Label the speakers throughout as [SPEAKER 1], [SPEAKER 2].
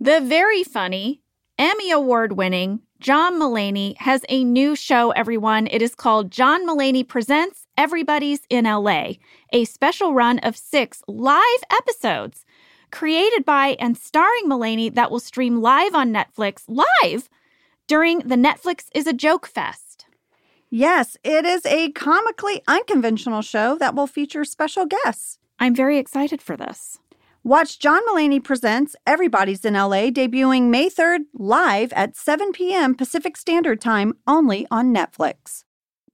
[SPEAKER 1] The very funny, Emmy Award winning John Mullaney has a new show, everyone. It is called John Mullaney Presents Everybody's in LA, a special run of six live episodes created by and starring Mullaney that will stream live on Netflix live during the Netflix is a Joke Fest.
[SPEAKER 2] Yes, it is a comically unconventional show that will feature special guests.
[SPEAKER 1] I'm very excited for this.
[SPEAKER 2] Watch John Mullaney Presents Everybody's in LA debuting May 3rd live at 7 p.m. Pacific Standard Time only on Netflix.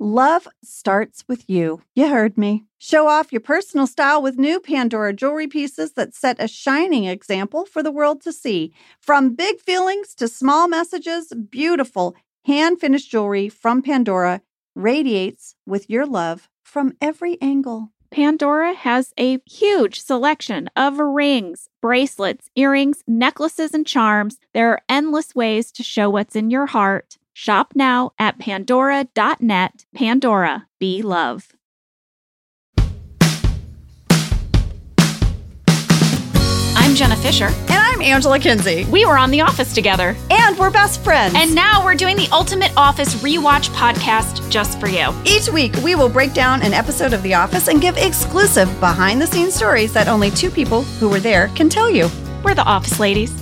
[SPEAKER 2] Love starts with you. You heard me. Show off your personal style with new Pandora jewelry pieces that set a shining example for the world to see. From big feelings to small messages, beautiful hand finished jewelry from Pandora radiates with your love from every angle.
[SPEAKER 1] Pandora has a huge selection of rings, bracelets, earrings, necklaces, and charms. There are endless ways to show what's in your heart. Shop now at pandora.net. Pandora, be love. I'm Jenna Fisher.
[SPEAKER 2] And I'm Angela Kinsey.
[SPEAKER 1] We were on The Office together.
[SPEAKER 2] And we're best friends.
[SPEAKER 1] And now we're doing the Ultimate Office Rewatch podcast just for you.
[SPEAKER 2] Each week, we will break down an episode of The Office and give exclusive behind the scenes stories that only two people who were there can tell you.
[SPEAKER 1] We're the Office Ladies.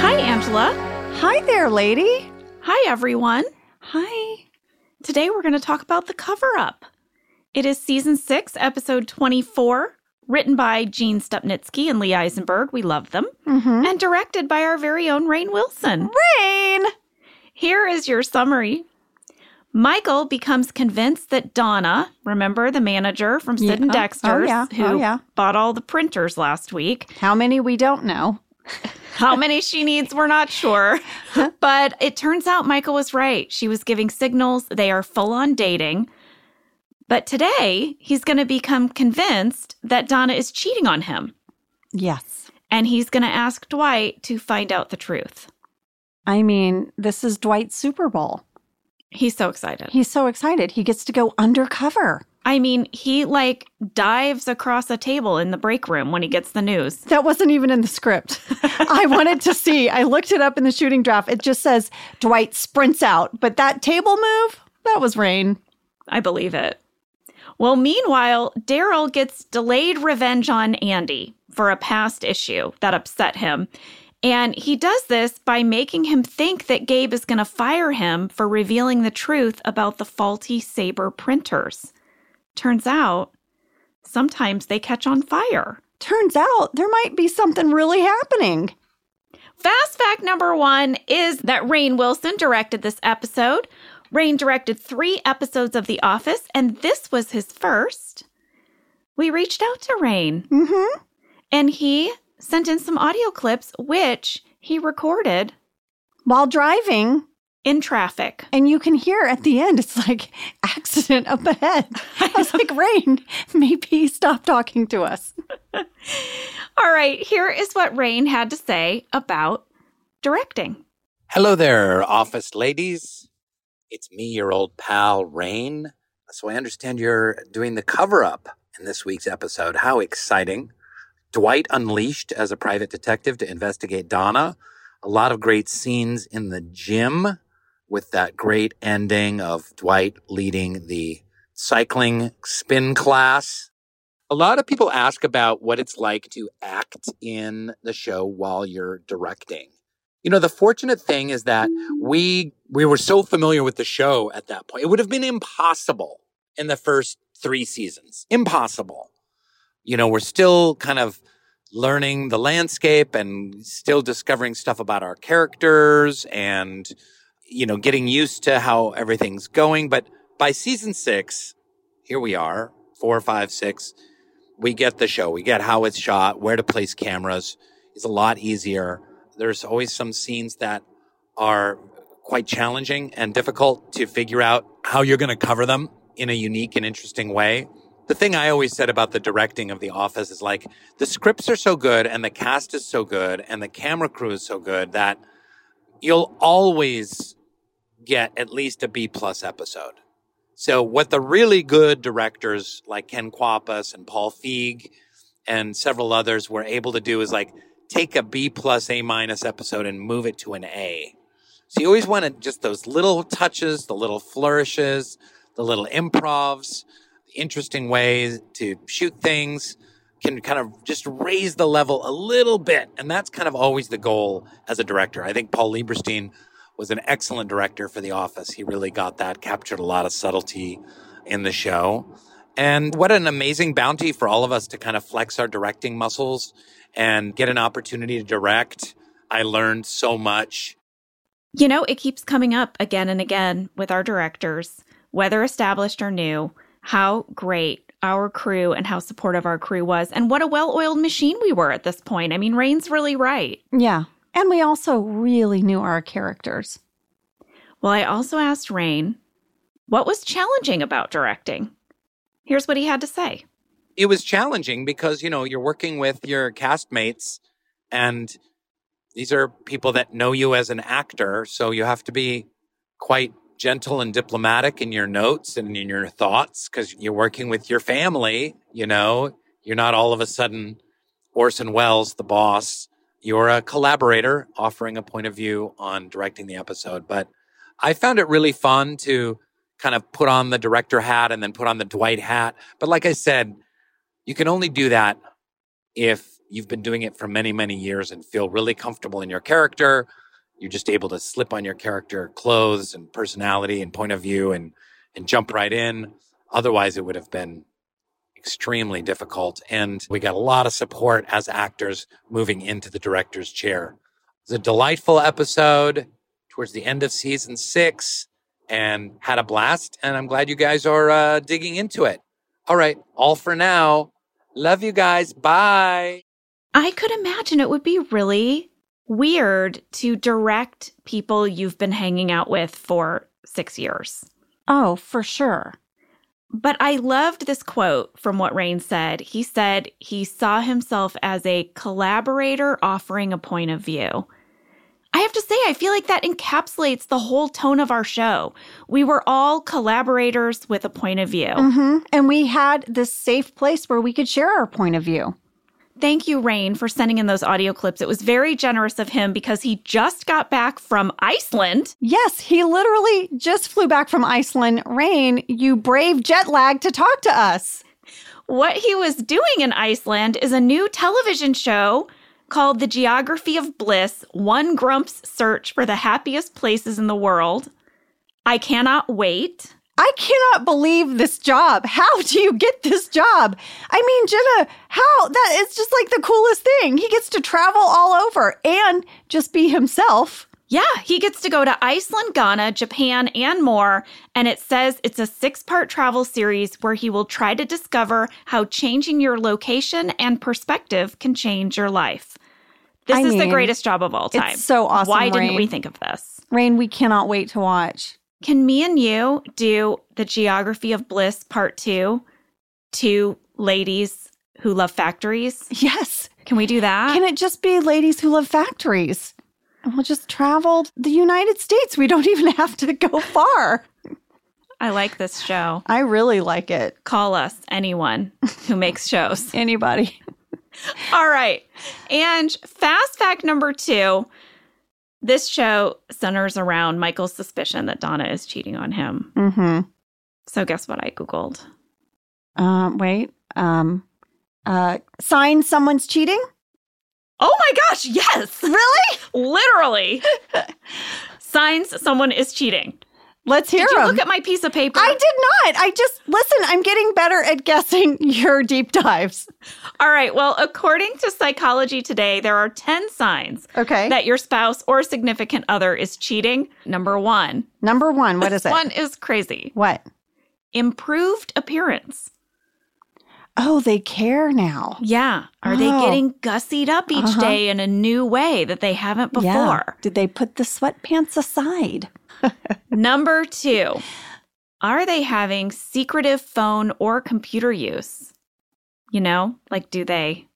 [SPEAKER 1] Hi, Angela.
[SPEAKER 2] Hi there, lady.
[SPEAKER 1] Hi, everyone.
[SPEAKER 2] Hi.
[SPEAKER 1] Today we're going to talk about the cover up. It is season six, episode 24, written by Gene Stupnitsky and Lee Eisenberg. We love them.
[SPEAKER 2] Mm-hmm.
[SPEAKER 1] And directed by our very own Rain Wilson.
[SPEAKER 2] Rain.
[SPEAKER 1] Here is your summary. Michael becomes convinced that Donna, remember the manager from Sid and
[SPEAKER 2] Yeah. Oh,
[SPEAKER 1] Dexter's,
[SPEAKER 2] yeah.
[SPEAKER 1] who
[SPEAKER 2] Oh, yeah.
[SPEAKER 1] bought all the printers last week,
[SPEAKER 2] How many we don't know.
[SPEAKER 1] how many she needs, we're not sure. But it turns out Michael was right. She was giving signals. They are full on dating. But today, he's going to become convinced that Donna is cheating on him.
[SPEAKER 2] Yes.
[SPEAKER 1] And he's going to ask Dwight to find out the truth.
[SPEAKER 2] I mean, this is Dwight's Super Bowl.
[SPEAKER 1] He's so excited.
[SPEAKER 2] He's so excited. He gets to go undercover.
[SPEAKER 1] I mean, he like dives across a table in the break room when he gets the news.
[SPEAKER 2] That wasn't even in the script. I wanted to see. I looked it up in the shooting draft. It just says Dwight sprints out, but that table move, that was rain.
[SPEAKER 1] I believe it. Well, meanwhile, Daryl gets delayed revenge on Andy for a past issue that upset him. And he does this by making him think that Gabe is going to fire him for revealing the truth about the faulty Sabre printers. Turns out, sometimes they catch on fire.
[SPEAKER 2] Turns out there might be something really happening.
[SPEAKER 1] Fast fact number one is that Rain Wilson directed this episode. Rain directed three episodes of The Office, and this was his first. We reached out to Rain,
[SPEAKER 2] Mm-hmm.
[SPEAKER 1] and he sent in some audio clips, which he recorded
[SPEAKER 2] While driving,
[SPEAKER 1] in traffic.
[SPEAKER 2] and you can hear at the end, it's like accident up ahead. I was like, Rain, maybe stop talking to us.
[SPEAKER 1] All right, here is what Rain had to say about directing.
[SPEAKER 3] Hello there, office ladies. It's me, your old pal, Rain. So I understand you're doing the cover up in this week's episode. How exciting! Dwight unleashed as a private detective to investigate Donna. A lot of great scenes in the gym with that great ending of Dwight leading the cycling spin class. A lot of people ask about what it's like to act in the show while you're directing you know the fortunate thing is that we we were so familiar with the show at that point it would have been impossible in the first three seasons impossible you know we're still kind of learning the landscape and still discovering stuff about our characters and you know getting used to how everything's going but by season six here we are four five six we get the show we get how it's shot where to place cameras is a lot easier there's always some scenes that are quite challenging and difficult to figure out how you're going to cover them in a unique and interesting way. The thing I always said about the directing of The Office is like the scripts are so good and the cast is so good and the camera crew is so good that you'll always get at least a B plus episode. So what the really good directors like Ken Quapis and Paul Feig and several others were able to do is like take a B plus A minus episode and move it to an A. So you always want to just those little touches, the little flourishes, the little improvs, the interesting ways to shoot things can kind of just raise the level a little bit. And that's kind of always the goal as a director. I think Paul Lieberstein was an excellent director for The Office. He really got that, captured a lot of subtlety in the show. And what an amazing bounty for all of us to kind of flex our directing muscles and get an opportunity to direct. I learned so much.
[SPEAKER 1] You know, it keeps coming up again and again with our directors, whether established or new, how great our crew and how supportive our crew was, and what a well oiled machine we were at this point. I mean, Rain's really right.
[SPEAKER 2] Yeah. And we also really knew our characters.
[SPEAKER 1] Well, I also asked Rain what was challenging about directing. Here's what he had to say
[SPEAKER 3] It was challenging because, you know, you're working with your castmates, and these are people that know you as an actor. So you have to be quite gentle and diplomatic in your notes and in your thoughts because you're working with your family. You know, you're not all of a sudden Orson Welles, the boss. You're a collaborator offering a point of view on directing the episode. But I found it really fun to kind of put on the director hat and then put on the Dwight hat. But like I said, you can only do that if you've been doing it for many, many years and feel really comfortable in your character you're just able to slip on your character clothes and personality and point of view and and jump right in otherwise it would have been extremely difficult and we got a lot of support as actors moving into the director's chair it's a delightful episode towards the end of season six and had a blast and i'm glad you guys are uh, digging into it all right all for now love you guys bye
[SPEAKER 1] I could imagine it would be really weird to direct people you've been hanging out with for six years.
[SPEAKER 2] Oh, for sure.
[SPEAKER 1] But I loved this quote from what Rain said. He said he saw himself as a collaborator offering a point of view. I have to say, I feel like that encapsulates the whole tone of our show. We were all collaborators with a point of view.
[SPEAKER 2] hmm And we had this safe place where we could share our point of view.
[SPEAKER 1] Thank you, Rain, for sending in those audio clips. It was very generous of him because he just got back from Iceland.
[SPEAKER 2] Yes, he literally just flew back from Iceland. Rain, you brave jet lag to talk to us.
[SPEAKER 1] What he was doing in Iceland is a new television show called The Geography of Bliss One Grump's Search for the Happiest Places in the World. I cannot wait.
[SPEAKER 2] I cannot believe this job. How do you get this job? I mean, Jenna, how that is just like the coolest thing. He gets to travel all over and just be himself.
[SPEAKER 1] Yeah, he gets to go to Iceland, Ghana, Japan, and more. And it says it's a six part travel series where he will try to discover how changing your location and perspective can change your life. This
[SPEAKER 2] I
[SPEAKER 1] is the
[SPEAKER 2] mean,
[SPEAKER 1] greatest job of all time.
[SPEAKER 2] so awesome,
[SPEAKER 1] Why didn't
[SPEAKER 2] Rain.
[SPEAKER 1] we think of this?
[SPEAKER 2] Rain, we cannot wait to watch.
[SPEAKER 1] Can me and you do the Geography of Bliss part two to ladies who love factories?
[SPEAKER 2] Yes.
[SPEAKER 1] Can we do that?
[SPEAKER 2] Can it just be ladies who love factories? And we'll just travel the United States. We don't even have to go far.
[SPEAKER 1] I like this show.
[SPEAKER 2] I really like it.
[SPEAKER 1] Call us, anyone who makes shows.
[SPEAKER 2] Anybody.
[SPEAKER 1] All right. And fast fact number two this show centers around Michael's suspicion that Donna is cheating on him.
[SPEAKER 2] Mm
[SPEAKER 1] So, guess what I Googled?
[SPEAKER 2] hmm. Um, wait. Um, uh, sign someone's cheating?
[SPEAKER 1] Oh my gosh, yes!
[SPEAKER 2] Really?
[SPEAKER 1] Literally. Signs someone is cheating.
[SPEAKER 2] Let's hear
[SPEAKER 1] Did you
[SPEAKER 2] 'em.
[SPEAKER 1] look at my piece of paper?
[SPEAKER 2] I did not. I just, listen, I'm getting better at guessing your deep dives.
[SPEAKER 1] All right. Well, according to Psychology Today, there are 10 signs
[SPEAKER 2] Okay.
[SPEAKER 1] that your spouse or significant other is cheating. Number one,
[SPEAKER 2] Number one, what is it?
[SPEAKER 1] one is crazy
[SPEAKER 2] What?
[SPEAKER 1] improved appearance.
[SPEAKER 2] Oh, they care now.
[SPEAKER 1] Yeah. Are they
[SPEAKER 2] Oh.
[SPEAKER 1] getting gussied up each
[SPEAKER 2] Uh-huh.
[SPEAKER 1] day in a new way that they haven't before?
[SPEAKER 2] Yeah. Did they put the sweatpants aside?
[SPEAKER 1] Number two, are they having secretive phone or computer use? You know, like do they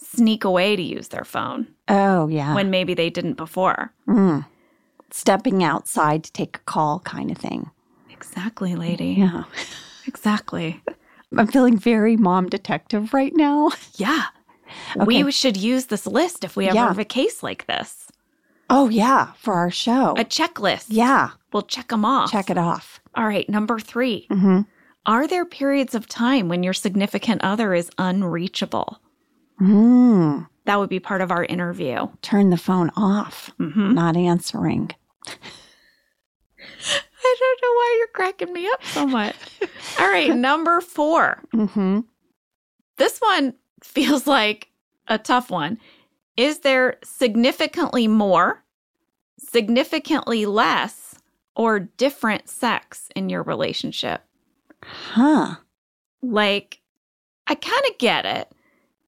[SPEAKER 1] sneak away to use their phone
[SPEAKER 2] Oh, yeah.
[SPEAKER 1] when maybe they didn't before?
[SPEAKER 2] Mm. Stepping outside to take a call, kind of thing.
[SPEAKER 1] Exactly, lady.
[SPEAKER 2] Yeah.
[SPEAKER 1] Exactly.
[SPEAKER 2] I'm feeling very mom detective right now.
[SPEAKER 1] Yeah.
[SPEAKER 2] Okay.
[SPEAKER 1] We should use this list if we ever
[SPEAKER 2] Yeah.
[SPEAKER 1] have a case like this.
[SPEAKER 2] Oh, yeah, for our show.
[SPEAKER 1] A checklist.
[SPEAKER 2] yeah,
[SPEAKER 1] We'll check them off.
[SPEAKER 2] check it off.
[SPEAKER 1] All right. Number three.
[SPEAKER 2] hmm
[SPEAKER 1] Are there periods of time when your significant other is unreachable?
[SPEAKER 2] Mm,
[SPEAKER 1] That would be part of our interview.
[SPEAKER 2] turn the phone off,
[SPEAKER 1] hmm
[SPEAKER 2] not answering.
[SPEAKER 1] I don't know why you're cracking me up so much. All right. Number four.
[SPEAKER 2] hmm
[SPEAKER 1] This one feels like a tough one. Is there significantly more, significantly less, or different sex in your relationship?
[SPEAKER 2] Huh.
[SPEAKER 1] Like, I kind of get it.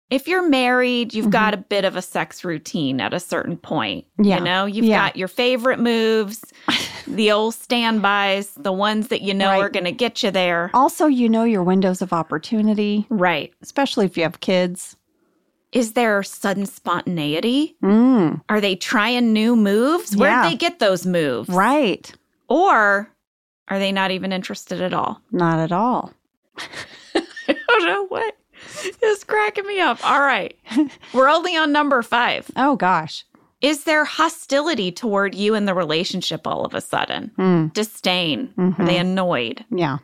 [SPEAKER 1] If you're married, you've
[SPEAKER 2] Mhm.
[SPEAKER 1] got a bit of a sex routine at a certain point.
[SPEAKER 2] Yeah.
[SPEAKER 1] You know, you've
[SPEAKER 2] Yeah.
[SPEAKER 1] got your favorite moves, the old standbys, the ones that you know
[SPEAKER 2] Right.
[SPEAKER 1] are going to get you there.
[SPEAKER 2] Also, you know your windows of opportunity,
[SPEAKER 1] Right.
[SPEAKER 2] especially if you have kids.
[SPEAKER 1] Is there sudden spontaneity?
[SPEAKER 2] Mm,
[SPEAKER 1] Are they trying new moves? Where
[SPEAKER 2] Yeah.
[SPEAKER 1] did they get those moves?
[SPEAKER 2] right.
[SPEAKER 1] Or are they not even interested at all?
[SPEAKER 2] Not at all.
[SPEAKER 1] I don't know what is cracking me up. All right. We're only on number five.
[SPEAKER 2] Oh, gosh.
[SPEAKER 1] Is there hostility toward you in the relationship all of a sudden?
[SPEAKER 2] Mm,
[SPEAKER 1] Disdain? Are
[SPEAKER 2] Mhm.
[SPEAKER 1] they annoyed?
[SPEAKER 2] yeah.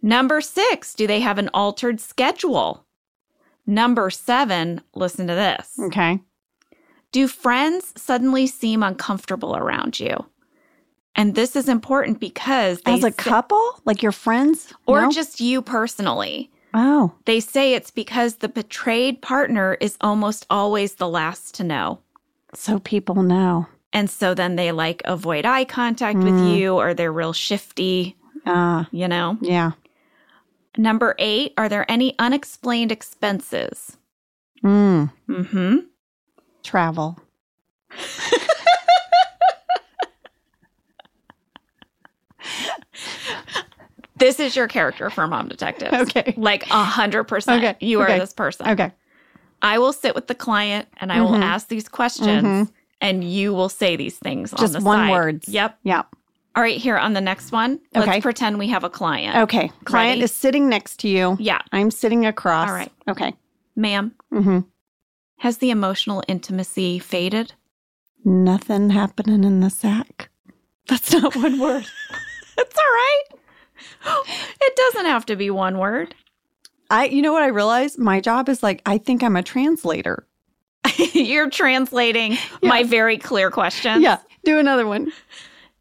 [SPEAKER 1] Number six, do they have an altered schedule? Number seven, listen to this.
[SPEAKER 2] Okay.
[SPEAKER 1] Do friends suddenly seem uncomfortable around you? And this is important because they
[SPEAKER 2] As a
[SPEAKER 1] say-
[SPEAKER 2] couple, like your friends,
[SPEAKER 1] or
[SPEAKER 2] No?
[SPEAKER 1] just you personally.
[SPEAKER 2] oh,
[SPEAKER 1] They say it's because the betrayed partner is almost always the last to know.
[SPEAKER 2] so people know.
[SPEAKER 1] And so then they like avoid eye contact
[SPEAKER 2] Mm.
[SPEAKER 1] with you or they're real shifty,
[SPEAKER 2] Uh,
[SPEAKER 1] you know.
[SPEAKER 2] yeah.
[SPEAKER 1] Number 8, are there any unexplained expenses?
[SPEAKER 2] Mm,
[SPEAKER 1] Mhm.
[SPEAKER 2] travel.
[SPEAKER 1] This is your character for Mom Detectives.
[SPEAKER 2] Okay.
[SPEAKER 1] Like 100%.
[SPEAKER 2] Okay,
[SPEAKER 1] You are
[SPEAKER 2] okay,
[SPEAKER 1] this person.
[SPEAKER 2] Okay.
[SPEAKER 1] I will sit with the client and I will
[SPEAKER 2] Mhm.
[SPEAKER 1] ask these questions
[SPEAKER 2] Mhm.
[SPEAKER 1] and you will say these things on
[SPEAKER 2] Just
[SPEAKER 1] the
[SPEAKER 2] one
[SPEAKER 1] side.
[SPEAKER 2] words.
[SPEAKER 1] Yep.
[SPEAKER 2] Yeah.
[SPEAKER 1] All right, here on the next one,
[SPEAKER 2] Okay.
[SPEAKER 1] let's pretend we have a client.
[SPEAKER 2] Okay. Client
[SPEAKER 1] Ready?
[SPEAKER 2] is sitting next to you.
[SPEAKER 1] Yeah,
[SPEAKER 2] I'm sitting across.
[SPEAKER 1] All right.
[SPEAKER 2] Okay.
[SPEAKER 1] ma'am,
[SPEAKER 2] Mm-hmm.
[SPEAKER 1] has the emotional intimacy faded?
[SPEAKER 2] Nothing happening in the sack. That's not one word.
[SPEAKER 1] That's all right. It doesn't have to be one word.
[SPEAKER 2] I, you know what I realize? My job is like, I think I'm a translator.
[SPEAKER 1] You're translating my very clear questions.
[SPEAKER 2] Yeah. Do another one.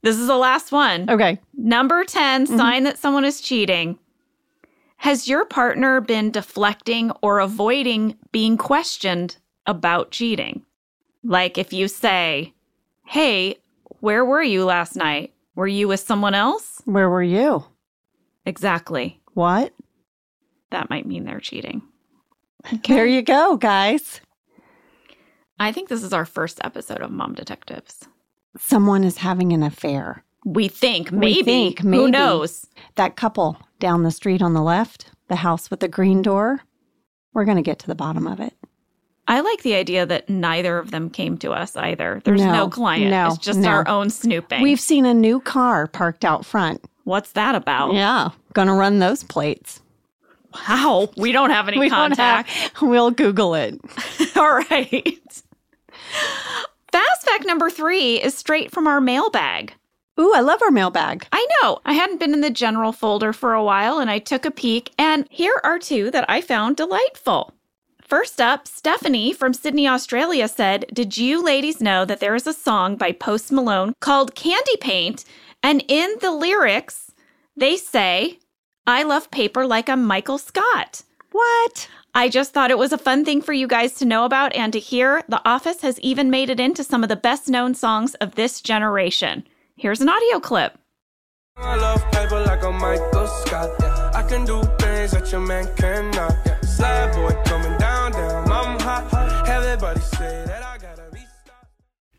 [SPEAKER 1] This is the last one.
[SPEAKER 2] Okay. Mm-hmm.
[SPEAKER 1] Number 10, sign that someone is cheating. Has your partner been deflecting or avoiding being questioned about cheating? Like if you say, Hey, where were you last night? Were you with someone else?
[SPEAKER 2] Where were you?
[SPEAKER 1] Exactly.
[SPEAKER 2] What?
[SPEAKER 1] That might mean they're cheating.
[SPEAKER 2] There you go, guys.
[SPEAKER 1] I think this is our first episode of Mom Detectives.
[SPEAKER 2] Someone is having an affair.
[SPEAKER 1] We think,
[SPEAKER 2] We
[SPEAKER 1] maybe.
[SPEAKER 2] think,
[SPEAKER 1] Who
[SPEAKER 2] maybe.
[SPEAKER 1] knows?
[SPEAKER 2] That couple down the street on the left, the house with the green door. We're going to get to the bottom of it.
[SPEAKER 1] I like the idea that neither of them came to us either. There's
[SPEAKER 2] No,
[SPEAKER 1] no, client.
[SPEAKER 2] no,
[SPEAKER 1] it's just
[SPEAKER 2] no.
[SPEAKER 1] our own snooping.
[SPEAKER 2] We've seen a new car parked out front.
[SPEAKER 1] What's that about?
[SPEAKER 2] Yeah. Going to run those plates.
[SPEAKER 1] How? We don't have any contact.
[SPEAKER 2] don't have. We'll Google it.
[SPEAKER 1] All right. Fast fact number three is straight from our mailbag.
[SPEAKER 2] Ooh, I love our mailbag.
[SPEAKER 1] I know. I hadn't been in the general folder for a while and I took a peek, and here are two that I found delightful. First up, Stephanie from Sydney, Australia said, Did you ladies know that there is a song by Post Malone called Candy Paint? And in the lyrics, they say, I love paper like I'm Michael Scott.
[SPEAKER 2] What?
[SPEAKER 1] I just thought it was a fun thing for you guys to know about and to hear. The Office has even made it into some of the best known songs of this generation. Here's an audio clip.
[SPEAKER 4] I love paper like a Michael Scott. yeah. I can do things that your man cannot. Yeah. Slab boy coming down, down. I'm hot. Everybody say that I gotta be stopped.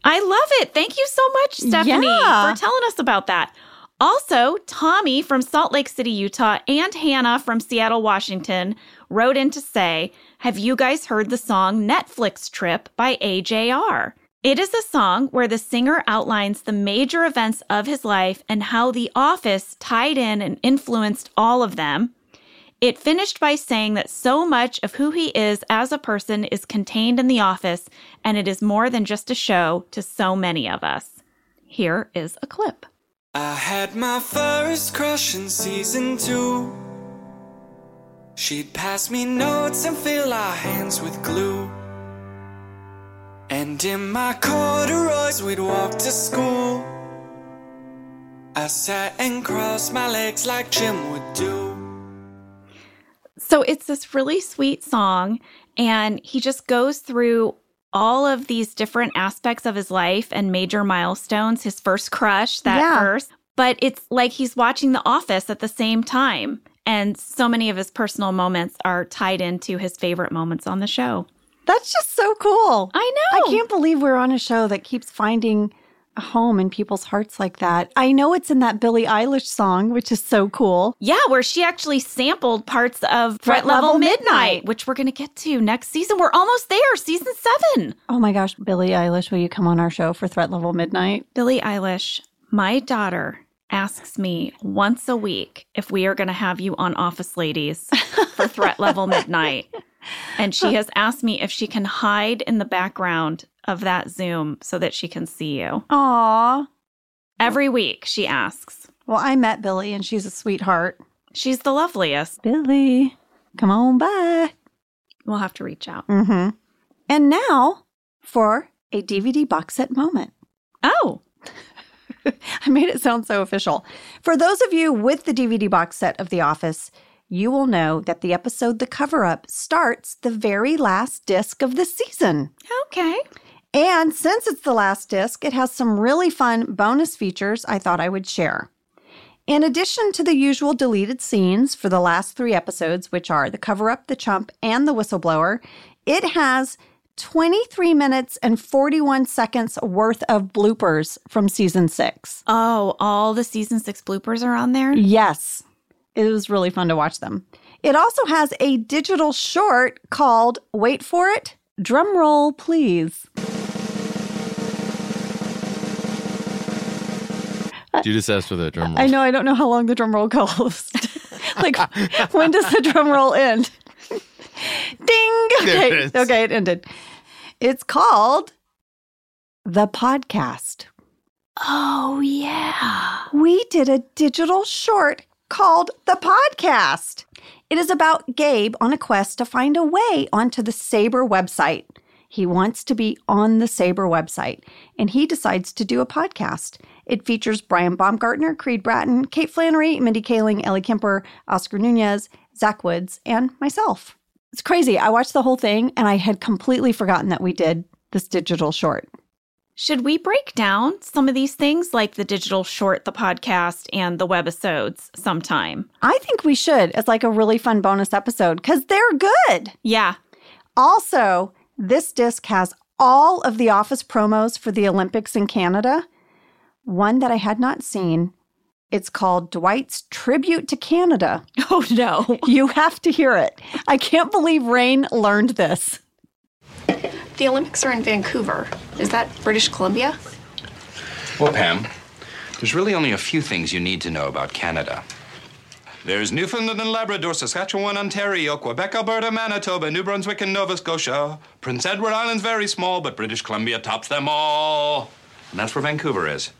[SPEAKER 1] I love it. Thank you so much, Stephanie,
[SPEAKER 2] Yeah.
[SPEAKER 1] for telling us about that. Also, Tommy from Salt Lake City, Utah, and Hannah from Seattle, Washington wrote in to say, Have you guys heard the song Netflix Trip by AJR? It is a song where the singer outlines the major events of his life and how The Office tied in and influenced all of them. It finished by saying that so much of who he is as a person is contained in The Office, and it is more than just a show to so many of us. Here is a clip.
[SPEAKER 5] I had my first crush in season two. She'd pass me notes and fill our hands with glue. And in my corduroys, we'd walk to school. I sat and crossed my legs like Jim would do.
[SPEAKER 1] So it's this really sweet song, and he just goes through all of these different aspects of his life and major milestones, his first crush, that
[SPEAKER 2] Yeah.
[SPEAKER 1] verse. But it's like he's watching The Office at the same time. And so many of his personal moments are tied into his favorite moments on the show.
[SPEAKER 2] That's just so cool.
[SPEAKER 1] I know.
[SPEAKER 2] I can't believe we're on a show that keeps finding a home in people's hearts like that. I know it's in that Billie Eilish song, which is so cool.
[SPEAKER 1] Yeah, where she actually sampled parts of Threat,
[SPEAKER 2] Threat
[SPEAKER 1] Level,
[SPEAKER 2] Level
[SPEAKER 1] Midnight,
[SPEAKER 2] Midnight.
[SPEAKER 1] which we're going to get to next season. We're almost there, season seven.
[SPEAKER 2] Oh my gosh, Billie Eilish, will you come on our show for Threat Level Midnight?
[SPEAKER 1] Billie Eilish, my daughter asks me once a week if we are going to have you on Office Ladies for Threat Level Midnight. And she has asked me if she can hide in the background of that Zoom so that she can see you.
[SPEAKER 2] Aw.
[SPEAKER 1] Every week she asks.
[SPEAKER 2] Well, I met Billie and she's a sweetheart.
[SPEAKER 1] She's the loveliest.
[SPEAKER 2] Billie, come on by.
[SPEAKER 1] We'll have to reach out.
[SPEAKER 2] Mm-hmm. And now for a DVD box set moment.
[SPEAKER 1] Oh,
[SPEAKER 2] I made it sound so official. For those of you with the DVD box set of The Office, you will know that the episode The Cover Up starts the very last disc of the season.
[SPEAKER 1] okay.
[SPEAKER 2] And since it's the last disc, it has some really fun bonus features I thought I would share. In addition to the usual deleted scenes for the last three episodes, which are The Cover Up, The Chump, and The Whistleblower, it has 23 minutes and 41 seconds worth of bloopers from season six.
[SPEAKER 1] Oh, all the season six bloopers are on there?
[SPEAKER 2] Yes. It was really fun to watch them. It also has a digital short called Wait for It, Drum Roll Please.
[SPEAKER 6] You just asked for the drum roll.
[SPEAKER 2] I know I don't know how long the drum roll goes. like when does the drum roll end? Ding.
[SPEAKER 6] There it
[SPEAKER 2] Okay.
[SPEAKER 6] is.
[SPEAKER 2] okay, it ended. It's called The Podcast.
[SPEAKER 1] Oh, yeah.
[SPEAKER 2] we did a digital short called The Podcast. It is about Gabe on a quest to find a way onto the Sabre website. He wants to be on the Sabre website and he decides to do a podcast. It features Brian Baumgartner, Creed Bratton, Kate Flannery, Mindy Kaling, Ellie Kemper, Oscar Nunez, Zach Woods, and myself. It's crazy. I watched the whole thing and I had completely forgotten that we did this digital short.
[SPEAKER 1] Should we break down some of these things like the digital short, the podcast, and the webisodes sometime?
[SPEAKER 2] I think we should. It's like a really fun bonus episode because they're good.
[SPEAKER 1] Yeah.
[SPEAKER 2] Also, this disc has all of the office promos for the Olympics in Canada. One that I had not seen. It's called Dwight's Tribute to Canada.
[SPEAKER 1] Oh, no.
[SPEAKER 2] You have to hear it. I can't believe Rain learned this.
[SPEAKER 7] The Olympics are in Vancouver. Is that British Columbia?
[SPEAKER 3] Well, Pam, there's really only a few things you need to know about Canada. There's Newfoundland and Labrador, Saskatchewan, Ontario, Quebec, Alberta, Manitoba, New Brunswick, and Nova Scotia. Prince Edward Island's very small, but British Columbia tops them all. And that's where Vancouver is.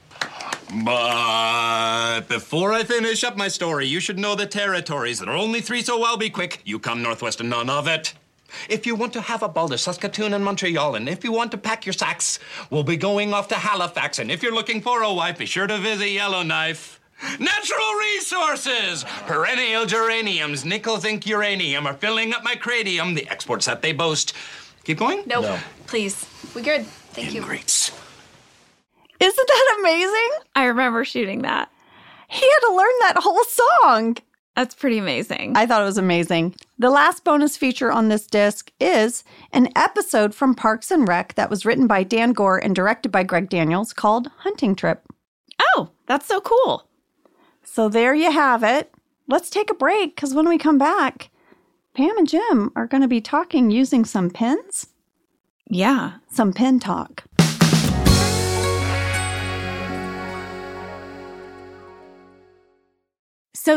[SPEAKER 3] But before I finish up my story, you should know the territories. There are only three, so I'll be quick. You come northwest and none of it. If you want to have a ball to Saskatoon and Montreal, and if you want to pack your sacks, we'll be going off to Halifax. And if you're looking for a wife, be sure to visit Yellowknife. Natural resources! Perennial geraniums, nickel zinc uranium are filling up my cranium, the exports that they boast. Keep going?
[SPEAKER 7] Nope. Please. We good. Thank you.
[SPEAKER 3] Greats.
[SPEAKER 2] Isn't that amazing?
[SPEAKER 1] I remember shooting that.
[SPEAKER 2] He had to learn that whole song.
[SPEAKER 1] That's pretty amazing.
[SPEAKER 2] I thought it was amazing. The last bonus feature on this disc is an episode from Parks and Rec that was written by Dan Gore and directed by Greg Daniels called Hunting Trip.
[SPEAKER 1] oh, that's so cool.
[SPEAKER 2] So there you have it. Let's take a break because when we come back, Pam and Jim are going to be talking using some pins,
[SPEAKER 1] Yeah.
[SPEAKER 2] some pin talk.
[SPEAKER 1] So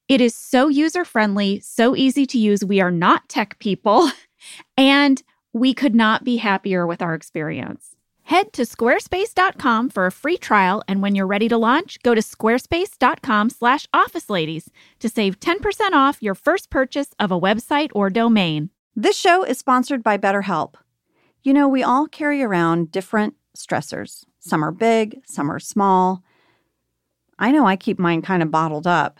[SPEAKER 1] it is so user friendly, so easy to use. We are not tech people, and we could not be happier with our experience. Head to squarespace.com for a free trial, and when you're ready to launch, go to squarespace.com/officeladies to save 10% off your first purchase of a website or domain.
[SPEAKER 2] This show is sponsored by BetterHelp. You know, we all carry around different stressors. Some are big, some are small. I know I keep mine kind of bottled up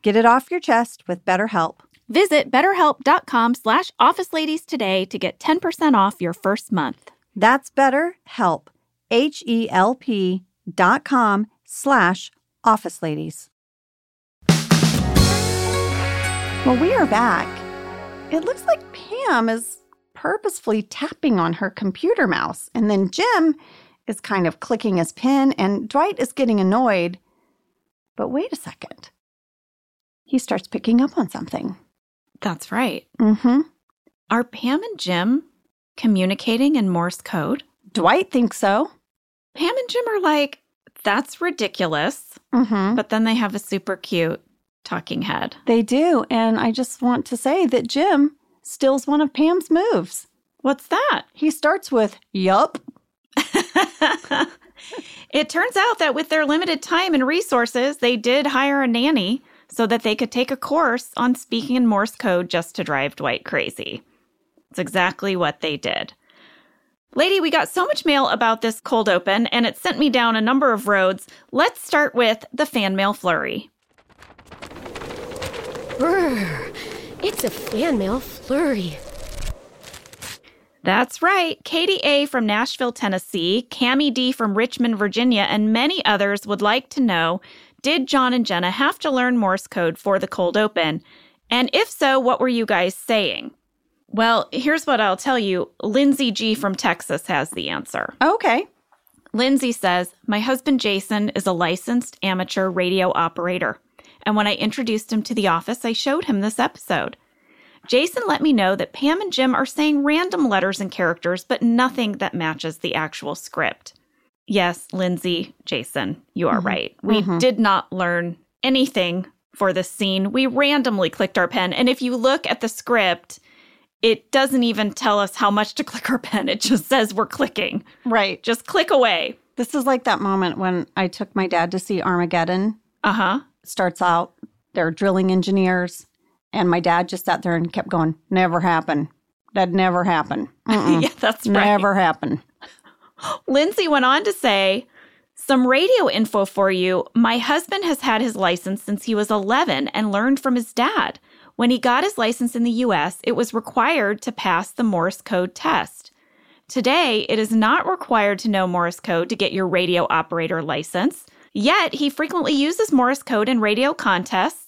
[SPEAKER 2] Get it off your chest with BetterHelp.
[SPEAKER 1] Visit betterhelp.com slash officeladies today to get 10% off your first month.
[SPEAKER 2] That's BetterHelp, H-E-L-P dot com slash officeladies. Well, we are back. It looks like Pam is purposefully tapping on her computer mouse, and then Jim is kind of clicking his pen, and Dwight is getting annoyed. But wait a second he starts picking up on something.
[SPEAKER 1] That's right.
[SPEAKER 2] Mm-hmm.
[SPEAKER 1] Are Pam and Jim communicating in Morse code?
[SPEAKER 2] Dwight thinks so.
[SPEAKER 1] Pam and Jim are like, that's ridiculous.
[SPEAKER 2] Mm-hmm.
[SPEAKER 1] But then they have a super cute talking head.
[SPEAKER 2] They do. And I just want to say that Jim steals one of Pam's moves.
[SPEAKER 1] What's that?
[SPEAKER 2] He starts with, yup.
[SPEAKER 1] it turns out that with their limited time and resources, they did hire a nanny so that they could take a course on speaking in Morse code just to drive Dwight crazy. It's exactly what they did. Lady, we got so much mail about this cold open, and it sent me down a number of roads. Let's start with the fan mail flurry.
[SPEAKER 8] Brr, it's a fan mail flurry.
[SPEAKER 1] That's right. Katie A. from Nashville, Tennessee, Cami D. from Richmond, Virginia, and many others would like to know did John and Jenna have to learn Morse code for the cold open? And if so, what were you guys saying? Well, here's what I'll tell you Lindsay G from Texas has the answer.
[SPEAKER 2] Okay.
[SPEAKER 1] Lindsay says, My husband Jason is a licensed amateur radio operator. And when I introduced him to the office, I showed him this episode. Jason let me know that Pam and Jim are saying random letters and characters, but nothing that matches the actual script. Yes, Lindsay, Jason, you are mm-hmm. right. We mm-hmm. did not learn anything for this scene. We randomly clicked our pen. And if you look at the script, it doesn't even tell us how much to click our pen. It just says we're clicking.
[SPEAKER 2] Right.
[SPEAKER 1] Just click away.
[SPEAKER 2] This is like that moment when I took my dad to see Armageddon.
[SPEAKER 1] Uh huh.
[SPEAKER 2] Starts out, they're drilling engineers. And my dad just sat there and kept going, never happen. That never happen. Mm,
[SPEAKER 1] yeah, that's right.
[SPEAKER 2] Never happen.
[SPEAKER 1] Lindsay went on to say, Some radio info for you. My husband has had his license since he was 11 and learned from his dad. When he got his license in the US, it was required to pass the Morse code test. Today, it is not required to know Morse code to get your radio operator license. Yet, he frequently uses Morse code in radio contests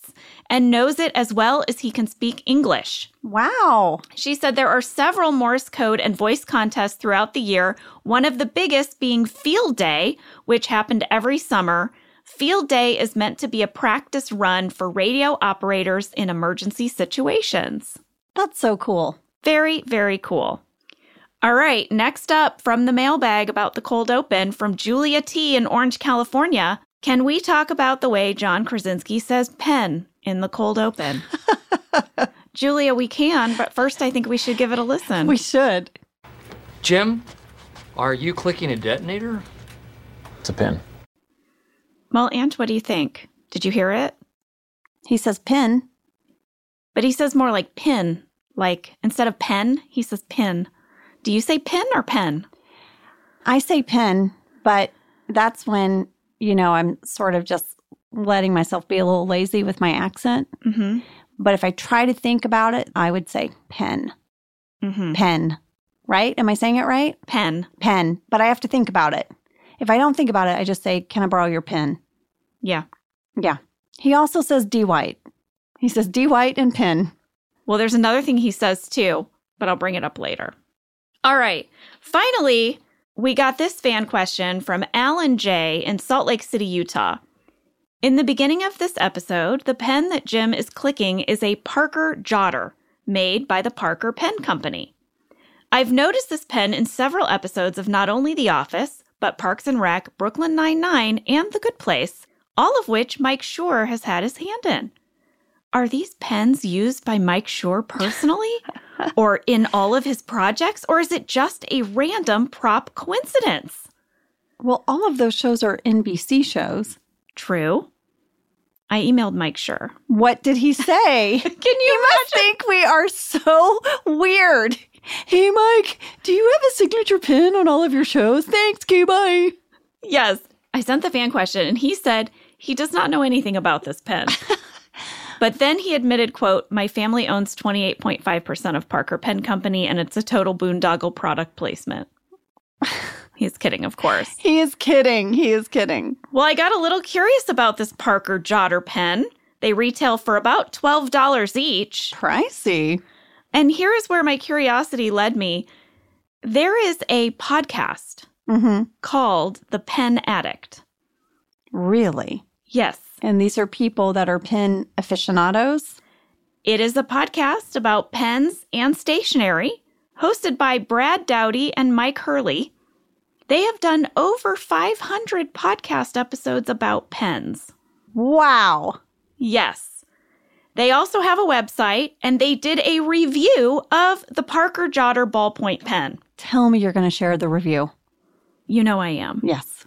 [SPEAKER 1] and knows it as well as he can speak English.
[SPEAKER 2] Wow.
[SPEAKER 1] She said there are several Morse code and voice contests throughout the year, one of the biggest being Field Day, which happened every summer. Field Day is meant to be a practice run for radio operators in emergency situations.
[SPEAKER 2] That's so cool.
[SPEAKER 1] Very, very cool. All right, next up from the mailbag about the cold open from Julia T in Orange, California. Can we talk about the way John Krasinski says pen in the cold open? Julia, we can, but first I think we should give it a listen.
[SPEAKER 2] We should.
[SPEAKER 9] Jim, are you clicking a detonator?
[SPEAKER 10] It's a pin.
[SPEAKER 1] Well, Ant, what do you think? Did you hear it?
[SPEAKER 2] He says pin.
[SPEAKER 1] But he says more like pin. Like instead of pen, he says pin. Do you say pin or pen?
[SPEAKER 2] I say pen, but that's when, you know, I'm sort of just letting myself be a little lazy with my accent.
[SPEAKER 1] Mm-hmm.
[SPEAKER 2] But if I try to think about it, I would say pen,
[SPEAKER 1] Mm-hmm.
[SPEAKER 2] pen, right? Am I saying it right?
[SPEAKER 1] Pen.
[SPEAKER 2] Pen, but I have to think about it. If I don't think about it, I just say, can I borrow your pen?
[SPEAKER 1] Yeah.
[SPEAKER 2] Yeah. He also says D White. He says D White and pen.
[SPEAKER 1] Well, there's another thing he says too, but I'll bring it up later. All right. Finally, we got this fan question from Alan J. in Salt Lake City, Utah. In the beginning of this episode, the pen that Jim is clicking is a Parker Jotter made by the Parker Pen Company. I've noticed this pen in several episodes of not only The Office, but Parks and Rec, Brooklyn Nine-Nine, and The Good Place, all of which Mike Schur has had his hand in. Are these pens used by Mike Schur personally or in all of his projects, or is it just a random prop coincidence?
[SPEAKER 2] Well, all of those shows are NBC shows.
[SPEAKER 1] True. I emailed Mike Schur.
[SPEAKER 2] What did he say?
[SPEAKER 1] Can you
[SPEAKER 2] I think we are so weird. Hey, Mike, do you have a signature pin on all of your shows? Thanks, K. Bye.
[SPEAKER 1] Yes. I sent the fan question and he said he does not know anything about this pen. but then he admitted, quote, my family owns 28.5% of Parker Pen Company and it's a total boondoggle product placement. He's kidding, of course.
[SPEAKER 2] He is kidding. He is kidding.
[SPEAKER 1] Well, I got a little curious about this Parker Jotter pen. They retail for about $12 each.
[SPEAKER 2] Pricey.
[SPEAKER 1] And here is where my curiosity led me. There is a podcast
[SPEAKER 2] Mm-hmm.
[SPEAKER 1] called The Pen Addict.
[SPEAKER 2] Really?
[SPEAKER 1] Yes,
[SPEAKER 2] And these are people that are pin aficionados.
[SPEAKER 1] it is a podcast about pens and stationery hosted by Brad Dowdy and Mike Hurley. They have done over 500 podcast episodes about pens.
[SPEAKER 2] Wow.
[SPEAKER 1] Yes. They also have a website and they did a review of the Parker Jotter ballpoint pen.
[SPEAKER 2] Tell me you're going to share the review.
[SPEAKER 1] You know I am.
[SPEAKER 2] Yes.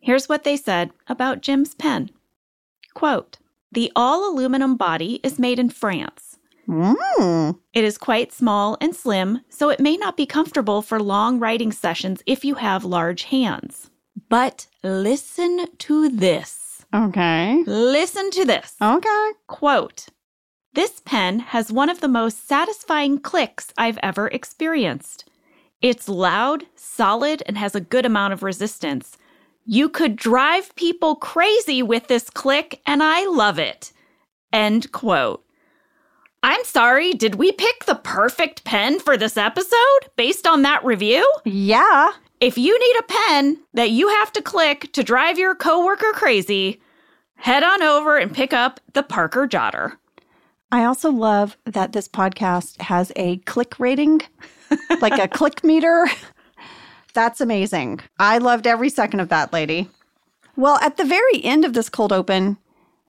[SPEAKER 1] Here's what they said about Jim's pen. Quote, the all aluminum body is made in France.
[SPEAKER 2] Mm.
[SPEAKER 1] It is quite small and slim, so it may not be comfortable for long writing sessions if you have large hands. But listen to this.
[SPEAKER 2] Okay.
[SPEAKER 1] Listen to this.
[SPEAKER 2] Okay.
[SPEAKER 1] Quote This pen has one of the most satisfying clicks I've ever experienced. It's loud, solid, and has a good amount of resistance. You could drive people crazy with this click, and I love it. End quote. I'm sorry, did we pick the perfect pen for this episode based on that review?
[SPEAKER 2] Yeah.
[SPEAKER 1] If you need a pen that you have to click to drive your coworker crazy, head on over and pick up the Parker Jotter.
[SPEAKER 2] I also love that this podcast has a click rating, like a click meter. That's amazing. I loved every second of that, lady. Well, at the very end of this cold open,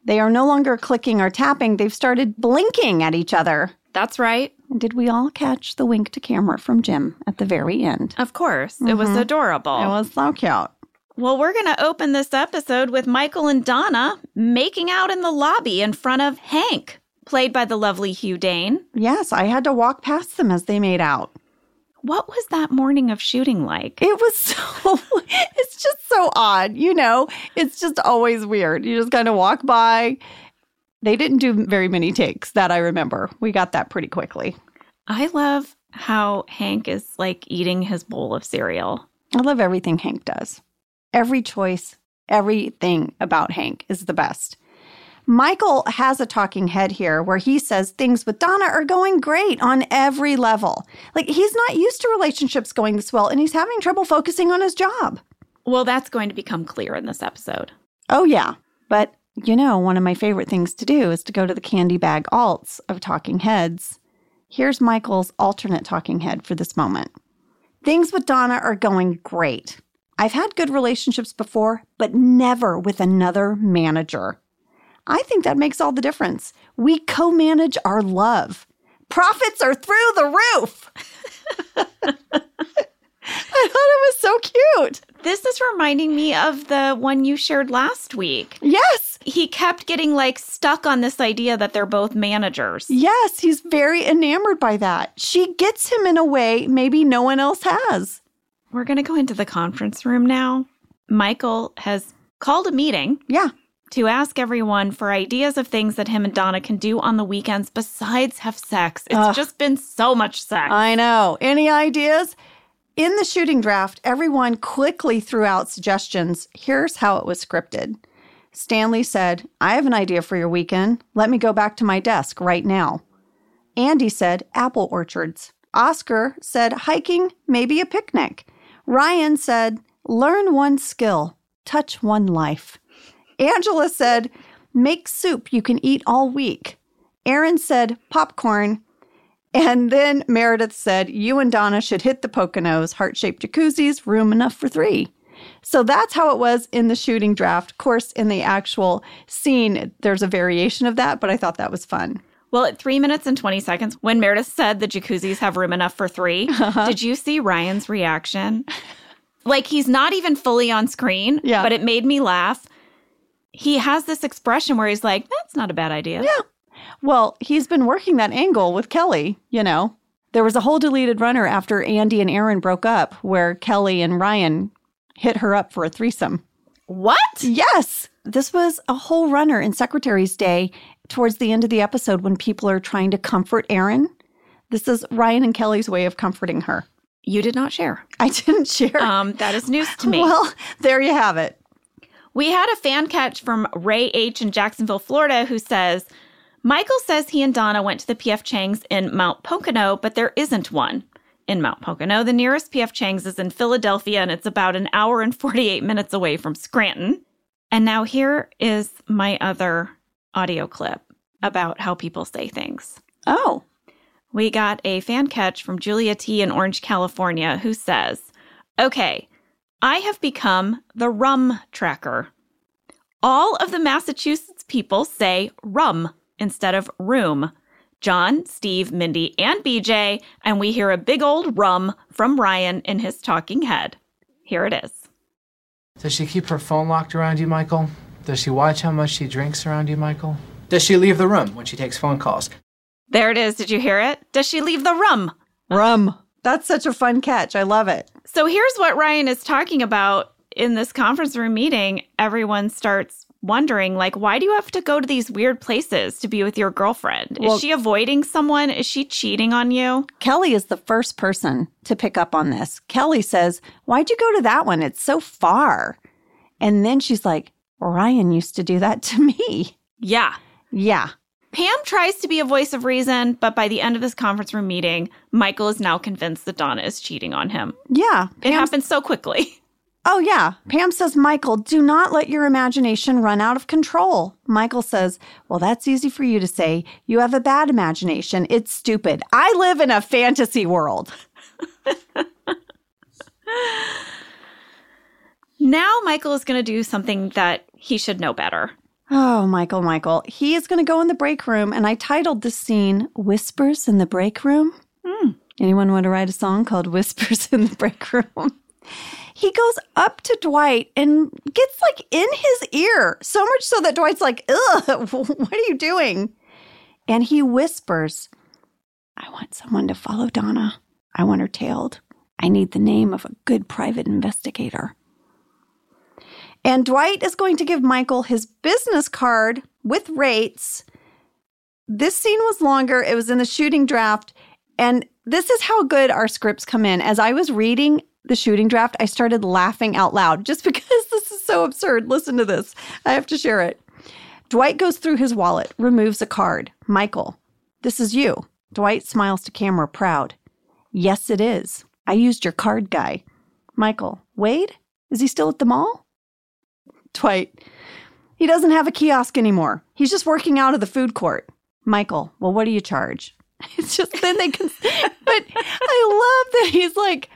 [SPEAKER 2] they are no longer clicking or tapping. They've started blinking at each other.
[SPEAKER 1] That's right.
[SPEAKER 2] Did we all catch the wink to camera from Jim at the very end?
[SPEAKER 1] Of course. It was adorable.
[SPEAKER 2] Mm-hmm. It was so cute.
[SPEAKER 1] well, we're going to open this episode with Michael and Donna making out in the lobby in front of Hank, played by the lovely Hugh Dane.
[SPEAKER 2] Yes, I had to walk past them as they made out.
[SPEAKER 1] What was that morning of shooting like?
[SPEAKER 2] It was so, it's just so odd. You know, it's just always weird. You just kind of walk by. They didn't do very many takes that I remember. We got that pretty quickly.
[SPEAKER 1] I love how Hank is like eating his bowl of cereal.
[SPEAKER 2] I love everything Hank does. Every choice, everything about Hank is the best. Michael has a talking head here where he says things with Donna are going great on every level. Like he's not used to relationships going this well and he's having trouble focusing on his job.
[SPEAKER 1] Well, that's going to become clear in this episode.
[SPEAKER 2] Oh, yeah. But you know, one of my favorite things to do is to go to the candy bag alts of talking heads. Here's Michael's alternate talking head for this moment. Things with Donna are going great. I've had good relationships before, but never with another manager. I think that makes all the difference. We co manage our love. Profits are through the roof. I thought it was so cute.
[SPEAKER 1] This is reminding me of the one you shared last week.
[SPEAKER 2] Yes.
[SPEAKER 1] He kept getting like stuck on this idea that they're both managers.
[SPEAKER 2] Yes, he's very enamored by that. She gets him in a way maybe no one else has.
[SPEAKER 1] We're going to go into the conference room now. Michael has called a meeting.
[SPEAKER 2] Yeah
[SPEAKER 1] to ask everyone for ideas of things that him and Donna can do on the weekends besides have sex. It's Ugh. Uh. just been so much sex.
[SPEAKER 2] I know. Any ideas? In the shooting draft, everyone quickly threw out suggestions. Here's how it was scripted Stanley said, I have an idea for your weekend. Let me go back to my desk right now. Andy said, Apple orchards. Oscar said, hiking, maybe a picnic. Ryan said, learn one skill, touch one life. Angela said, Make soup you can eat all week. Aaron said, Popcorn. And then Meredith said, You and Donna should hit the Poconos, heart shaped jacuzzis, room enough for three. So that's how it was in the shooting draft. Of course, in the actual scene, there's a variation of that, but I thought that was fun.
[SPEAKER 1] Well, at three minutes and 20 seconds, when Meredith said the jacuzzis have room enough for 3 uh-huh. did you see Ryan's reaction? like, he's not even fully on screen, yeah. but it made me laugh he has this expression where he's like, that's not a bad idea.
[SPEAKER 2] Yeah. Well, he's been working that angle with Kelly, you know. There was a whole deleted runner after Andy and Aaron broke up where Kelly and Ryan hit her up for a threesome.
[SPEAKER 1] What?
[SPEAKER 2] Yes. This was a whole runner in Secretary's Day towards the end of the episode when people are trying to comfort Aaron. This is Ryan and Kelly's way of comforting her.
[SPEAKER 1] You did not share.
[SPEAKER 2] I didn't share.
[SPEAKER 1] Um, that is news to me.
[SPEAKER 2] Well, there you have it.
[SPEAKER 1] We had a fan catch from Ray H. in Jacksonville, Florida, who says Michael says he and Donna went to the PF Chang's in Mount Pocono, but there isn't one in Mount Pocono. The nearest PF Chang's is in Philadelphia, and it's about an hour and 48 minutes away from Scranton. And now here is my other audio clip about how people say things.
[SPEAKER 2] Oh.
[SPEAKER 1] We got a fan catch from Julia T. in Orange, California, who says, Okay, I have become the rum tracker. All of the Massachusetts people say rum instead of room. John, Steve, Mindy, and BJ, and we hear a big old rum from Ryan in his talking head. Here it is.
[SPEAKER 10] Does she keep her phone locked around you, Michael? Does she watch how much she drinks around you, Michael? Does she leave the room when she takes phone calls?
[SPEAKER 1] There it is. Did you hear it? Does she leave the room?
[SPEAKER 2] Rum. That's such a fun catch. I love it.
[SPEAKER 1] So here's what Ryan is talking about in this conference room meeting. Everyone starts wondering like why do you have to go to these weird places to be with your girlfriend? Well, is she avoiding someone? Is she cheating on you?
[SPEAKER 2] Kelly is the first person to pick up on this. Kelly says, "Why'd you go to that one? It's so far." And then she's like, "Ryan used to do that to me."
[SPEAKER 1] Yeah.
[SPEAKER 2] Yeah.
[SPEAKER 1] Pam tries to be a voice of reason, but by the end of this conference room meeting, Michael is now convinced that Donna is cheating on him.
[SPEAKER 2] Yeah.
[SPEAKER 1] Pam's- it happens so quickly.
[SPEAKER 2] Oh, yeah. Pam says, Michael, do not let your imagination run out of control. Michael says, Well, that's easy for you to say. You have a bad imagination. It's stupid. I live in a fantasy world.
[SPEAKER 1] now, Michael is going to do something that he should know better.
[SPEAKER 2] Oh, Michael, Michael. He is going to go in the break room, and I titled this scene Whispers in the Break Room. Mm. Anyone want to write a song called Whispers in the Break Room? he goes up to Dwight and gets like in his ear, so much so that Dwight's like, ugh, what are you doing? And he whispers, I want someone to follow Donna. I want her tailed. I need the name of a good private investigator. And Dwight is going to give Michael his business card with rates. This scene was longer, it was in the shooting draft. And This is how good our scripts come in. As I was reading the shooting draft, I started laughing out loud just because this is so absurd. Listen to this. I have to share it. Dwight goes through his wallet, removes a card. Michael, this is you. Dwight smiles to camera, proud. Yes, it is. I used your card guy. Michael, Wade? Is he still at the mall? Dwight, he doesn't have a kiosk anymore. He's just working out of the food court. Michael, well, what do you charge? It's just then they can, but I love that he's like,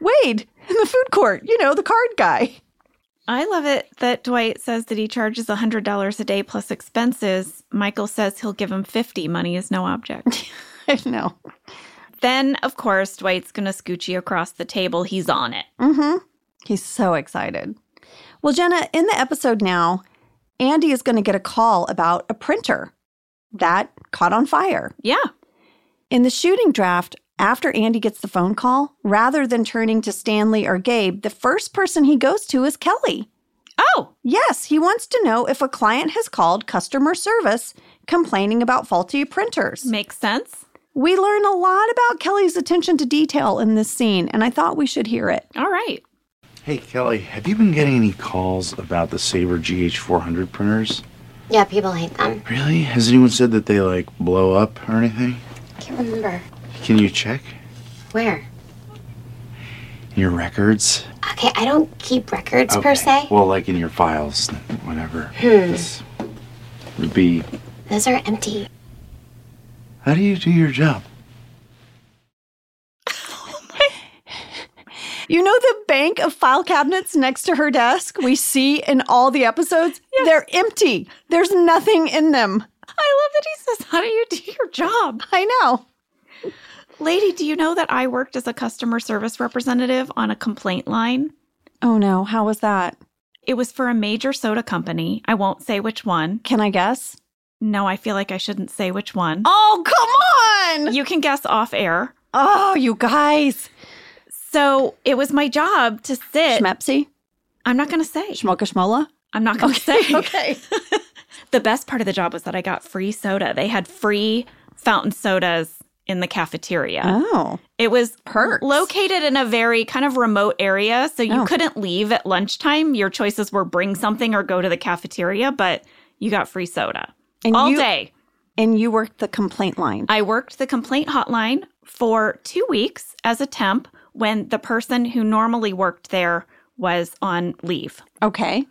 [SPEAKER 2] Wade in the food court, you know, the card guy.
[SPEAKER 1] I love it that Dwight says that he charges $100 a day plus expenses. Michael says he'll give him 50. Money is no object.
[SPEAKER 2] I know.
[SPEAKER 1] Then, of course, Dwight's going to scoochie across the table. He's on it.
[SPEAKER 2] Mm-hmm. He's so excited. Well, Jenna, in the episode now, Andy is going to get a call about a printer that caught on fire.
[SPEAKER 1] Yeah.
[SPEAKER 2] In the shooting draft, after Andy gets the phone call, rather than turning to Stanley or Gabe, the first person he goes to is Kelly.
[SPEAKER 1] Oh,
[SPEAKER 2] Yes, he wants to know if a client has called customer service complaining about faulty printers.
[SPEAKER 1] makes sense.
[SPEAKER 2] We learn a lot about Kelly's attention to detail in this scene, and I thought we should hear it.
[SPEAKER 1] All right.
[SPEAKER 11] Hey, Kelly, have you been getting any calls about the Sabre GH400 printers?
[SPEAKER 12] Yeah, people hate them.
[SPEAKER 11] Really? Has anyone said that they, like, blow up or anything?
[SPEAKER 12] I can't remember.
[SPEAKER 11] Can you check
[SPEAKER 12] Where?
[SPEAKER 11] in your records?
[SPEAKER 12] Okay, I don't keep records
[SPEAKER 11] Okay.
[SPEAKER 12] per se.
[SPEAKER 11] Well, like in your files, whatever.
[SPEAKER 12] Hmm.
[SPEAKER 11] This would be.
[SPEAKER 12] Those are empty.
[SPEAKER 11] How do you do your job?
[SPEAKER 2] You know the bank of file cabinets next to her desk we see in all the episodes? They're empty. There's nothing in them.
[SPEAKER 1] I love that he says, How do you do your job?
[SPEAKER 2] I know.
[SPEAKER 1] Lady, do you know that I worked as a customer service representative on a complaint line?
[SPEAKER 2] Oh no, how was that?
[SPEAKER 1] It was for a major soda company. I won't say which one.
[SPEAKER 2] Can I guess?
[SPEAKER 1] No, I feel like I shouldn't say which one.
[SPEAKER 2] Oh, come on.
[SPEAKER 1] You can guess off air.
[SPEAKER 2] Oh, you guys.
[SPEAKER 1] So it was my job to sit.
[SPEAKER 2] Schmepsy?
[SPEAKER 1] I'm not going to say.
[SPEAKER 2] Schmoka Schmola?
[SPEAKER 1] I'm not going to say.
[SPEAKER 2] Okay.
[SPEAKER 1] The best part of the job was that I got free soda. They had free fountain sodas in the cafeteria.
[SPEAKER 2] Oh.
[SPEAKER 1] It was
[SPEAKER 2] Perks.
[SPEAKER 1] located in a very kind of remote area, so you
[SPEAKER 2] Oh.
[SPEAKER 1] couldn't leave at lunchtime. Your choices were bring something or go to the cafeteria, but you got free soda
[SPEAKER 2] And
[SPEAKER 1] all
[SPEAKER 2] you-
[SPEAKER 1] day.
[SPEAKER 2] And you worked the complaint line.
[SPEAKER 1] I worked the complaint hotline for two weeks as a temp when the person who normally worked there was on leave.
[SPEAKER 2] Okay.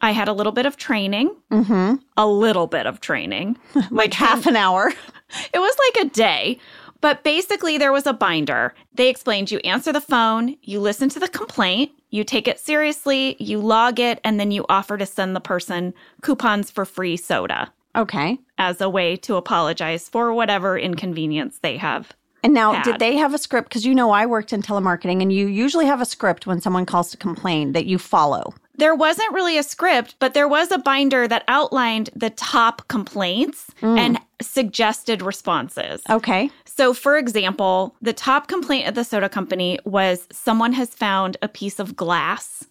[SPEAKER 1] I had a little bit of training,
[SPEAKER 2] Mm-hmm.
[SPEAKER 1] a little bit of training.
[SPEAKER 2] Like half an hour.
[SPEAKER 1] It was like a day, but basically there was a binder. They explained you answer the phone, you listen to the complaint, you take it seriously, you log it, and then you offer to send the person coupons for free soda
[SPEAKER 2] Okay.
[SPEAKER 1] as a way to apologize for whatever inconvenience they have.
[SPEAKER 2] And now, did
[SPEAKER 1] Bad.
[SPEAKER 2] they have a script? Because you know, I worked in telemarketing, and you usually have a script when someone calls to complain that you follow.
[SPEAKER 1] There wasn't really a script, but there was a binder that outlined the top complaints
[SPEAKER 2] Mm.
[SPEAKER 1] and suggested responses.
[SPEAKER 2] Okay.
[SPEAKER 1] So, for example, the top complaint at the soda company was someone has found a piece of glass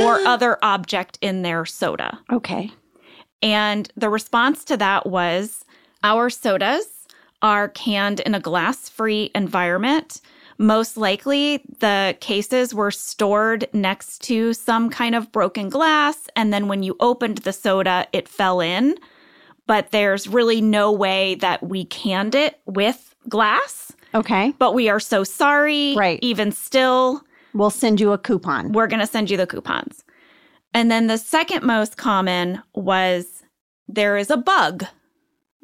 [SPEAKER 1] or other object in their soda.
[SPEAKER 2] Okay.
[SPEAKER 1] And the response to that was our sodas are canned in a glass free environment. Most likely, the cases were stored next to some kind of broken glass. And then when you opened the soda, it fell in. But there's really no way that we canned it with glass.
[SPEAKER 2] Okay.
[SPEAKER 1] But we are so sorry.
[SPEAKER 2] Right.
[SPEAKER 1] Even still,
[SPEAKER 2] We'll send you a coupon.
[SPEAKER 1] we're going to send you the coupons. And then the second most common was there is a bug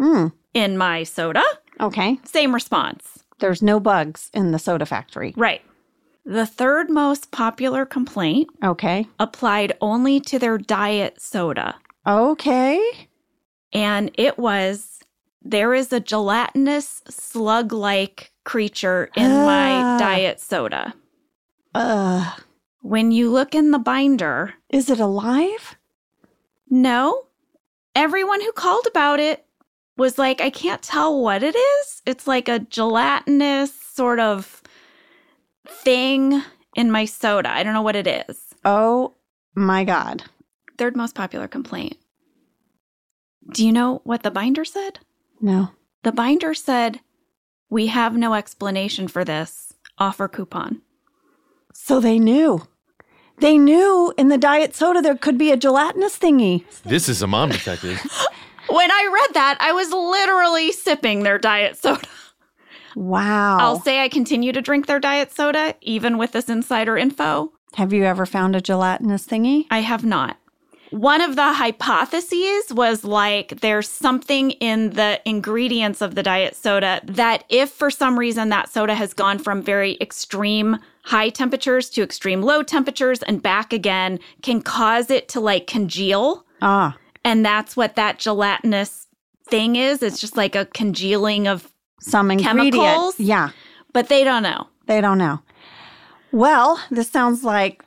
[SPEAKER 2] Mm.
[SPEAKER 1] in my soda.
[SPEAKER 2] Okay.
[SPEAKER 1] Same response.
[SPEAKER 2] There's no bugs in the soda factory.
[SPEAKER 1] Right. The third most popular complaint
[SPEAKER 2] Okay.
[SPEAKER 1] applied only to their diet soda.
[SPEAKER 2] Okay.
[SPEAKER 1] And it was there is a gelatinous slug like creature in my
[SPEAKER 2] Ah.
[SPEAKER 1] diet soda.
[SPEAKER 2] Uh,
[SPEAKER 1] When you look in the binder,
[SPEAKER 2] is it alive?
[SPEAKER 1] No. Everyone who called about it was like, I can't tell what it is. It's like a gelatinous sort of thing in my soda. I don't know what it is.
[SPEAKER 2] Oh my God.
[SPEAKER 1] Third most popular complaint. Do you know what the binder said?
[SPEAKER 2] No.
[SPEAKER 1] The binder said, We have no explanation for this. Offer coupon.
[SPEAKER 2] So they knew. They knew in the diet soda there could be a gelatinous thingy.
[SPEAKER 6] This is a mom detective.
[SPEAKER 1] When I read that, I was literally sipping their diet soda.
[SPEAKER 2] Wow.
[SPEAKER 1] I'll say I continue to drink their diet soda, even with this insider info.
[SPEAKER 2] Have you ever found a gelatinous thingy?
[SPEAKER 1] I have not. One of the hypotheses was like there's something in the ingredients of the diet soda that, if for some reason that soda has gone from very extreme high temperatures to extreme low temperatures and back again, can cause it to like congeal.
[SPEAKER 2] Ah.
[SPEAKER 1] And that's what that gelatinous thing is. It's just like a congealing of
[SPEAKER 2] Some ingredient.
[SPEAKER 1] chemicals.
[SPEAKER 2] Yeah.
[SPEAKER 1] But they don't know.
[SPEAKER 2] They don't know. Well, this sounds like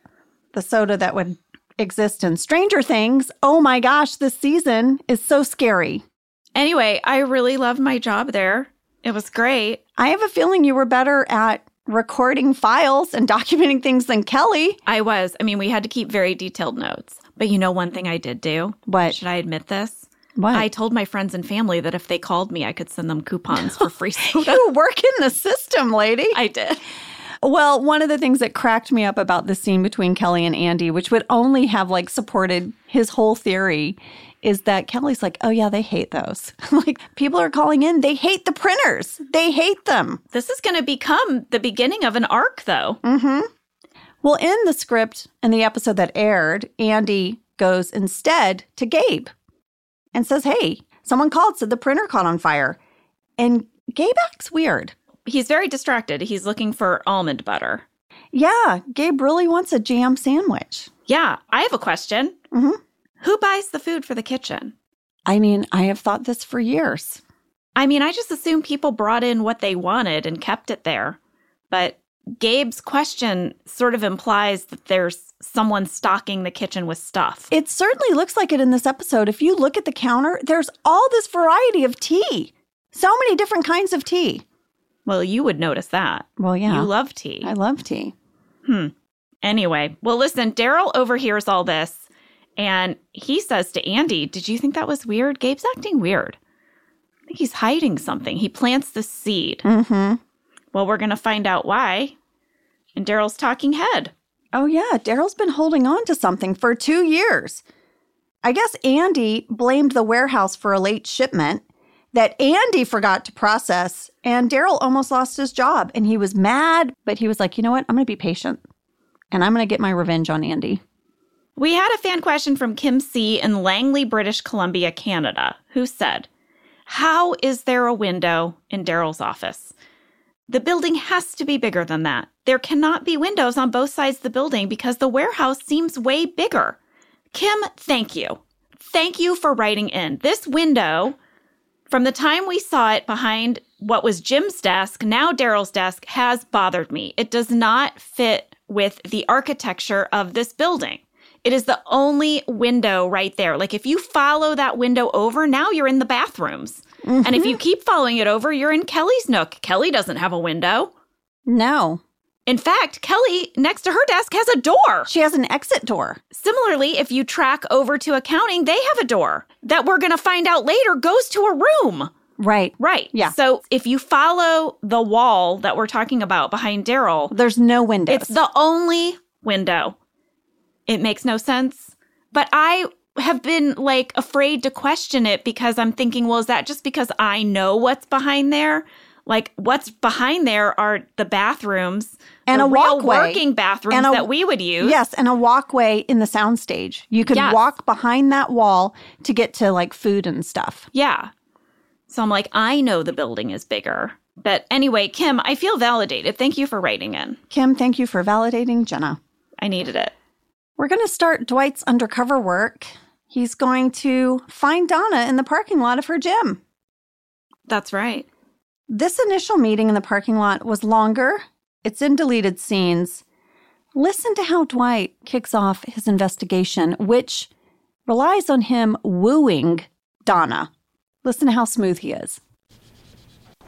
[SPEAKER 2] the soda that would exist in Stranger Things. Oh my gosh, this season is so scary.
[SPEAKER 1] Anyway, I really loved my job there. It was great.
[SPEAKER 2] I have a feeling you were better at recording files and documenting things than Kelly.
[SPEAKER 1] I was. I mean, we had to keep very detailed notes. But you know, one thing I did do?
[SPEAKER 2] What?
[SPEAKER 1] Should I admit this?
[SPEAKER 2] What?
[SPEAKER 1] I told my friends and family that if they called me, I could send them coupons for free soda.
[SPEAKER 2] You work in the system, lady.
[SPEAKER 1] I did.
[SPEAKER 2] Well, one of the things that cracked me up about the scene between Kelly and Andy, which would only have like supported his whole theory, is that Kelly's like, oh yeah, they hate those. like people are calling in, they hate the printers, they hate them.
[SPEAKER 1] This is going to become the beginning of an arc, though.
[SPEAKER 2] Well, in the script and the episode that aired, Andy goes instead to Gabe and says, hey, someone called, said the printer caught on fire. And Gabe acts weird.
[SPEAKER 1] He's very distracted. He's looking for almond butter.
[SPEAKER 2] Yeah, Gabe really wants a jam sandwich.
[SPEAKER 1] Yeah, I have a question.
[SPEAKER 2] Mhm.
[SPEAKER 1] Who buys the food for the kitchen?
[SPEAKER 2] I mean, I have thought this for years.
[SPEAKER 1] I mean, I just assumed people brought in what they wanted and kept it there. But Gabe's question sort of implies that there's someone stocking the kitchen with stuff.
[SPEAKER 2] It certainly looks like it in this episode. If you look at the counter, there's all this variety of tea. So many different kinds of tea.
[SPEAKER 1] Well, you would notice that.
[SPEAKER 2] Well, yeah.
[SPEAKER 1] You love tea.
[SPEAKER 2] I love tea.
[SPEAKER 1] Anyway, well, listen, Daryl overhears all this and he says to Andy, Did you think that was weird? Gabe's acting weird. I think he's hiding something. He plants the seed.
[SPEAKER 2] Mhm.
[SPEAKER 1] Well, we're going to find out why. And Daryl's talking head.
[SPEAKER 2] Oh yeah, Daryl's been holding on to something for 2 years. I guess Andy blamed the warehouse for a late shipment that Andy forgot to process and Daryl almost lost his job and he was mad, but he was like, "You know what? I'm going to be patient and I'm going to get my revenge on Andy."
[SPEAKER 1] We had a fan question from Kim C. in Langley, British Columbia, Canada, who said, How is there a window in Daryl's office? The building has to be bigger than that. There cannot be windows on both sides of the building because the warehouse seems way bigger. Kim, thank you. Thank you for writing in. This window, from the time we saw it behind what was Jim's desk, now Daryl's desk, has bothered me. It does not fit with the architecture of this building. It is the only window right there. Like if you follow that window over, now you're in the bathrooms. And if you keep following it over, you're in Kelly's nook. Kelly doesn't have a window.
[SPEAKER 2] No.
[SPEAKER 1] In fact, Kelly next to her desk has a door.
[SPEAKER 2] She has an exit door.
[SPEAKER 1] Similarly, if you track over to accounting, they have a door that we're going to find out later goes to a room.
[SPEAKER 2] Right.
[SPEAKER 1] Right.
[SPEAKER 2] Yeah.
[SPEAKER 1] So if you follow the wall that we're talking about behind Daryl,
[SPEAKER 2] There's no windows.
[SPEAKER 1] It's the only window. It makes no sense. But I have been like afraid to question it because I'm thinking, well, is that just because I know what's behind there? Like what's behind there are the bathrooms
[SPEAKER 2] And
[SPEAKER 1] the
[SPEAKER 2] a
[SPEAKER 1] real
[SPEAKER 2] walkway.
[SPEAKER 1] working bathrooms
[SPEAKER 2] And a-
[SPEAKER 1] that we would use.
[SPEAKER 2] Yes, and a walkway in the soundstage. You could
[SPEAKER 1] Yes.
[SPEAKER 2] walk behind that wall to get to like food and stuff.
[SPEAKER 1] Yeah. So I'm like, I know the building is bigger. But anyway, Kim, I feel validated. Thank you for writing in.
[SPEAKER 2] Kim, thank you for validating Jenna.
[SPEAKER 1] I needed it.
[SPEAKER 2] We're going to start Dwight's undercover work. He's going to find Donna in the parking lot of her gym.
[SPEAKER 1] That's right.
[SPEAKER 2] This initial meeting in the parking lot was longer, it's in deleted scenes. Listen to how Dwight kicks off his investigation, which relies on him wooing Donna. Listen to how smooth he is.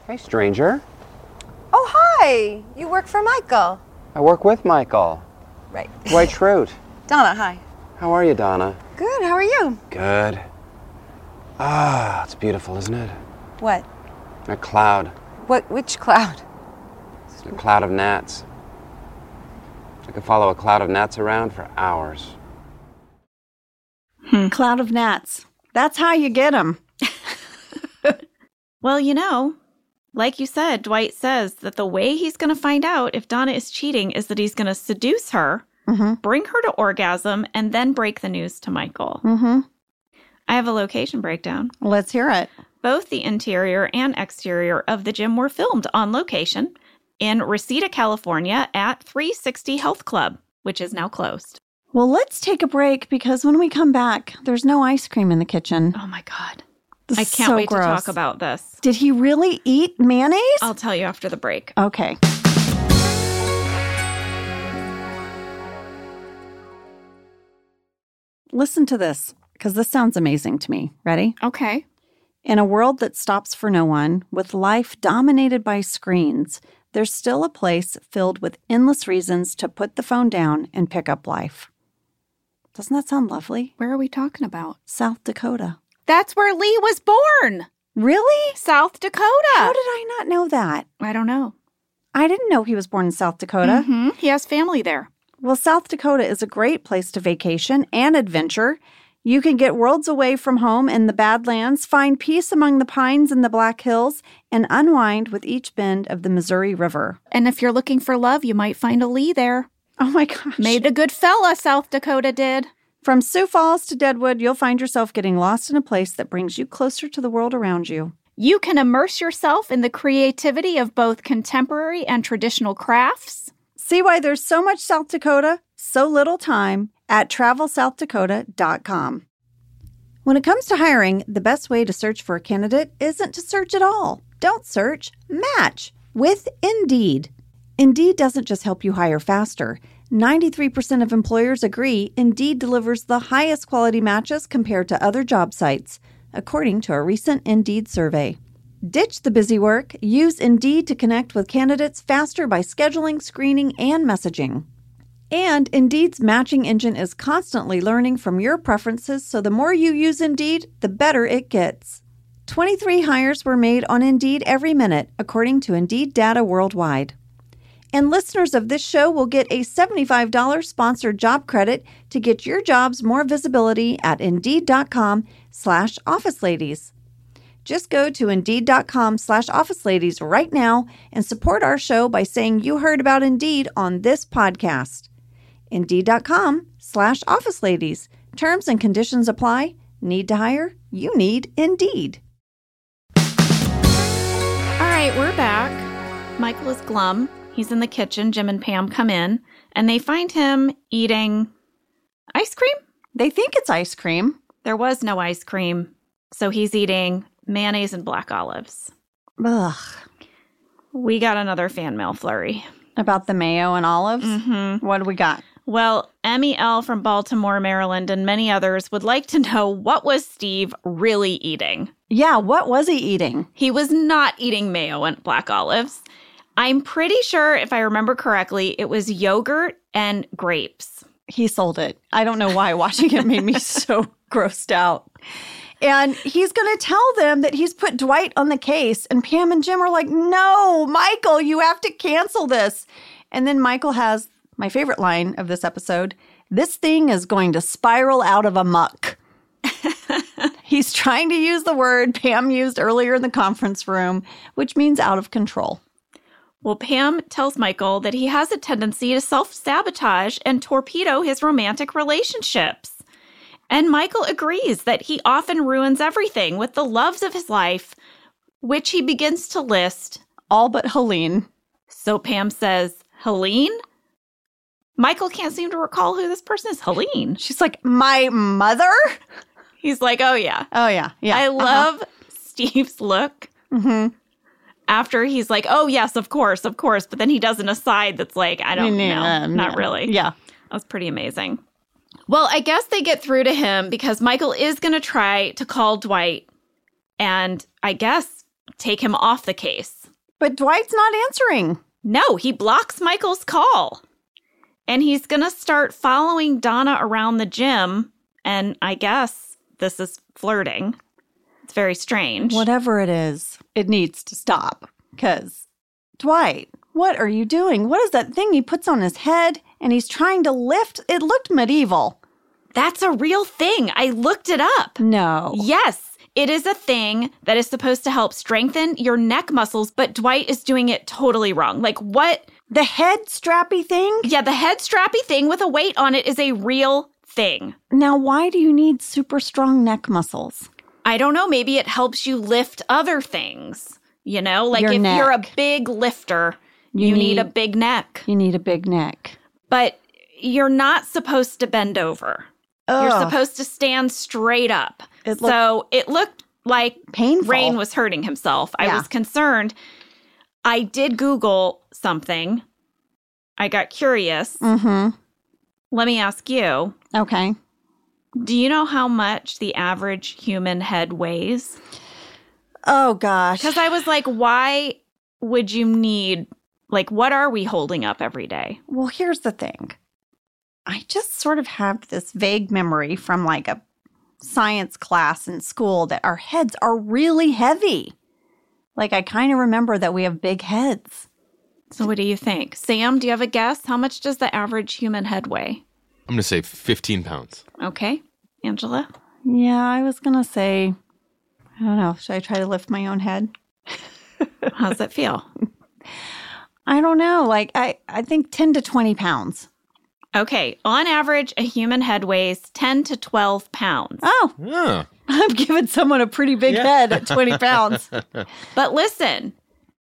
[SPEAKER 5] Hey, stranger.
[SPEAKER 13] Oh, hi. You work for Michael.
[SPEAKER 5] I work with Michael.
[SPEAKER 13] Right.
[SPEAKER 5] Dwight Schrute.
[SPEAKER 13] Donna, hi.
[SPEAKER 5] How are you, Donna?
[SPEAKER 13] Good. How are you?
[SPEAKER 5] Good. Ah, it's beautiful, isn't it?
[SPEAKER 13] What?
[SPEAKER 5] A cloud.
[SPEAKER 13] What? Which cloud?
[SPEAKER 5] It's a cloud of gnats. I could follow a cloud of gnats around for hours.
[SPEAKER 2] Cloud of gnats. That's how you get them.
[SPEAKER 1] Well, you know, like you said, Dwight says that the way he's going to find out if Donna is cheating is that he's going to seduce her, bring her to orgasm, and then break the news to Michael.
[SPEAKER 2] Mm-hmm.
[SPEAKER 1] I have a location breakdown.
[SPEAKER 2] Let's hear it.
[SPEAKER 1] Both the interior and exterior of the gym were filmed on location in Reseda, California at 360 Health Club, which is now closed.
[SPEAKER 2] Well, let's take a break because when we come back, there's no ice cream in the kitchen.
[SPEAKER 1] Oh my God.
[SPEAKER 2] This
[SPEAKER 1] I
[SPEAKER 2] is
[SPEAKER 1] can't
[SPEAKER 2] so
[SPEAKER 1] wait to
[SPEAKER 2] gross.
[SPEAKER 1] talk about Oh. this.
[SPEAKER 2] Did he really eat mayonnaise?
[SPEAKER 1] I'll tell you after the break.
[SPEAKER 2] Okay. Listen to this because this sounds amazing to me. Ready?
[SPEAKER 1] Okay.
[SPEAKER 2] In a world that stops for no one, with life dominated by screens, there's still a place filled with endless reasons to put the phone down and pick up life. Doesn't that sound lovely?
[SPEAKER 1] Where are we talking about?
[SPEAKER 2] South Dakota.
[SPEAKER 1] That's where Lee was born.
[SPEAKER 2] Really?
[SPEAKER 1] South Dakota.
[SPEAKER 2] How did I not know that?
[SPEAKER 1] I don't know.
[SPEAKER 2] I didn't know he was born in South Dakota.
[SPEAKER 1] Mhm. He has family there.
[SPEAKER 2] Well, South Dakota is a great place to vacation and adventure. You can get worlds away from home in the Badlands, find peace among the pines and the Black Hills, and unwind with each bend of the Missouri River.
[SPEAKER 1] And if you're looking for love, you might find a Lee there.
[SPEAKER 2] Oh my gosh.
[SPEAKER 1] Made a good fella, South Dakota did.
[SPEAKER 2] From Sioux Falls to Deadwood, you'll find yourself getting lost in a place that brings you closer to the world around you.
[SPEAKER 1] You can immerse yourself in the creativity of both contemporary and traditional crafts.
[SPEAKER 2] See why there's so much South Dakota, so little time at travelsouthdakota.com. When it comes to hiring, the best way to search for a candidate isn't to search at all. Don't search, match with Indeed. Indeed doesn't just help you hire faster. 93% of employers agree Indeed delivers the highest quality matches compared to other job sites, according to a recent Indeed survey. Ditch the busy work. Use Indeed to connect with candidates faster by scheduling, screening, and messaging. And Indeed's matching engine is constantly learning from your preferences, so the more you use Indeed, the better it gets. 23 hires were made on Indeed every minute, according to Indeed data worldwide. And listeners of this show will get a $75 sponsored job credit to get your jobs more visibility at Indeed.com slash Office Ladies. Just go to Indeed.com slash Office Ladies right now and support our show by saying you heard about Indeed on this podcast. Indeed.com slash Office Ladies. Terms and conditions apply. Need to hire? You need Indeed.
[SPEAKER 1] All right, we're back. Michael is glum. He's in the kitchen. Jim and Pam come in and they find him eating ice cream.
[SPEAKER 2] They think it's ice cream.
[SPEAKER 1] There was no ice cream, so he's eating mayonnaise and black olives.
[SPEAKER 2] Ugh.
[SPEAKER 1] We got another fan mail flurry.
[SPEAKER 2] About the mayo and olives?
[SPEAKER 1] Mm-hmm.
[SPEAKER 2] What do we got?
[SPEAKER 1] Well, Emmy L from Baltimore, Maryland, and many others would like to know what was Steve really eating.
[SPEAKER 2] Yeah, what was he eating?
[SPEAKER 1] He was not eating mayo and black olives. I'm pretty sure, if I remember correctly, it was yogurt and grapes.
[SPEAKER 2] he sold it. I don't know why watching it made me so grossed out. And he's going to tell them that he's put Dwight on the case. And Pam and Jim are like, no, Michael, you have to cancel this. And then Michael has my favorite line of this episode this thing is going to spiral out of a muck. he's trying to use the word Pam used earlier in the conference room, which means out of control.
[SPEAKER 1] Well, Pam tells Michael that he has a tendency to self sabotage and torpedo his romantic relationships. And Michael agrees that he often ruins everything with the loves of his life, which he begins to list.
[SPEAKER 2] All but Helene.
[SPEAKER 1] So Pam says, Helene? Michael can't seem to recall who this person is. Helene.
[SPEAKER 2] She's like, my mother?
[SPEAKER 1] He's like, oh yeah.
[SPEAKER 2] Oh, yeah. Yeah.
[SPEAKER 1] I
[SPEAKER 2] Uh-huh.
[SPEAKER 1] love Steve's look
[SPEAKER 2] Mhm.
[SPEAKER 1] Mm-hmm. after he's like, oh yes, of course, of course. But then he does an aside that's like, I don't know.
[SPEAKER 2] Yeah,
[SPEAKER 1] Not
[SPEAKER 2] yeah.
[SPEAKER 1] really.
[SPEAKER 2] Yeah.
[SPEAKER 1] That was pretty amazing. Mm-hmm. Well, I guess they get through to him because Michael is going to try to call Dwight and I guess take him off the case.
[SPEAKER 2] But Dwight's not answering.
[SPEAKER 1] No, he blocks Michael's call. And he's going to start following Donna around the gym. And I guess this is flirting. It's very strange.
[SPEAKER 2] Whatever it is, it needs to stop. Because, Dwight, what are you doing? What is that thing he puts on his head and he's trying to lift? It looked medieval.
[SPEAKER 1] That's a real thing. I looked it up.
[SPEAKER 2] No.
[SPEAKER 1] Yes, it is a thing that is supposed to help strengthen your neck muscles, but Dwight is doing it totally wrong. Like, what?
[SPEAKER 2] The head strappy thing?
[SPEAKER 1] Yeah, the head strappy thing with a weight on it is a real thing.
[SPEAKER 2] Now, why do you need super strong neck muscles?
[SPEAKER 1] I don't know. Maybe it helps you lift other things. You know, like
[SPEAKER 2] Your
[SPEAKER 1] if
[SPEAKER 2] neck.
[SPEAKER 1] you're a big lifter,
[SPEAKER 2] You
[SPEAKER 1] you, need,
[SPEAKER 2] need-
[SPEAKER 1] a big neck,
[SPEAKER 2] You need a big neck.
[SPEAKER 1] but you're not supposed to bend over. You're
[SPEAKER 2] Ugh.
[SPEAKER 1] supposed to stand straight up.
[SPEAKER 2] It look-
[SPEAKER 1] so it looked like
[SPEAKER 2] Painful.
[SPEAKER 1] Rain was hurting himself. I
[SPEAKER 2] Yeah.
[SPEAKER 1] was concerned. I did Google something. I got curious.
[SPEAKER 2] Mm
[SPEAKER 1] Let me ask you
[SPEAKER 2] hmm. Okay.
[SPEAKER 1] do you know how much the average human head weighs?
[SPEAKER 2] Oh, gosh.
[SPEAKER 1] Because I was like, why would you need, like, what are we holding up every day?
[SPEAKER 2] Well, here's the thing. I just sort of have this vague memory from like a science class in school that our heads are really heavy. Like I kind of remember that we have big heads.
[SPEAKER 1] So, what do you think? Sam, do you have a guess? How much does the average human head weigh?
[SPEAKER 6] I'm going to say 15 pounds.
[SPEAKER 1] Okay. Angela?
[SPEAKER 2] Yeah, I was going to say I don't know, should I try to lift my own head?
[SPEAKER 1] How does it feel?
[SPEAKER 2] I don't know. Like I I think 10 to 20 pounds.
[SPEAKER 1] Okay. On average, a human head weighs 10 to 12 pounds.
[SPEAKER 2] Oh,
[SPEAKER 6] Yeah.
[SPEAKER 2] I've given someone a pretty big head at 20 pounds.
[SPEAKER 1] But listen,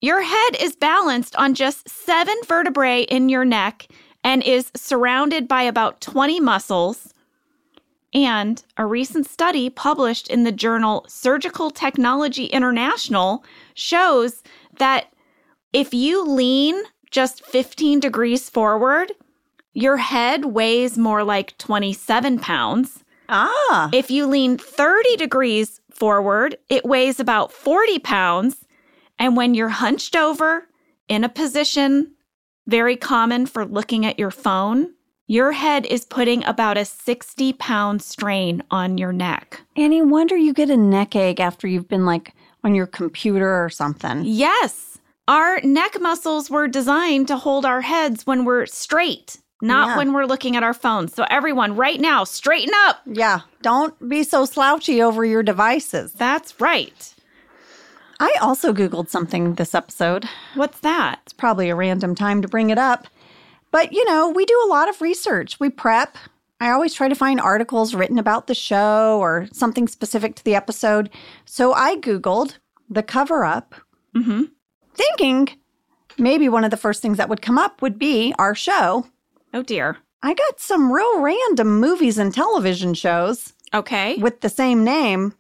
[SPEAKER 1] your head is balanced on just seven vertebrae in your neck and is surrounded by about 20 muscles. And a recent study published in the journal Surgical Technology International shows that if you lean just 15 degrees forward, your head weighs more like 27 pounds.
[SPEAKER 2] ah.
[SPEAKER 1] If you lean 30 degrees forward, it weighs about 40 pounds. And when you're hunched over in a position very common for looking at your phone, your head is putting about a 60 pound strain on your neck.
[SPEAKER 2] Any wonder you get a neck ache after you've been like on your computer or something.
[SPEAKER 1] Yes, our neck muscles were designed to hold our heads when we're straight, not
[SPEAKER 2] Yeah.
[SPEAKER 1] when we're looking at our phones. So, everyone, right now, straighten up.
[SPEAKER 2] Yeah, don't be so slouchy over your devices.
[SPEAKER 1] That's right.
[SPEAKER 2] I also Googled something this episode.
[SPEAKER 1] What's that?
[SPEAKER 2] It's probably a random time to bring it up. But, you know, we do a lot of research. We prep. I always try to find articles written about the show or something specific to the episode. So I Googled the cover up,
[SPEAKER 1] Mm-hmm.
[SPEAKER 2] thinking maybe one of the first things that would come up would be our show.
[SPEAKER 1] Oh, dear.
[SPEAKER 2] I got some real random movies and television shows.
[SPEAKER 1] Okay.
[SPEAKER 2] with the same name,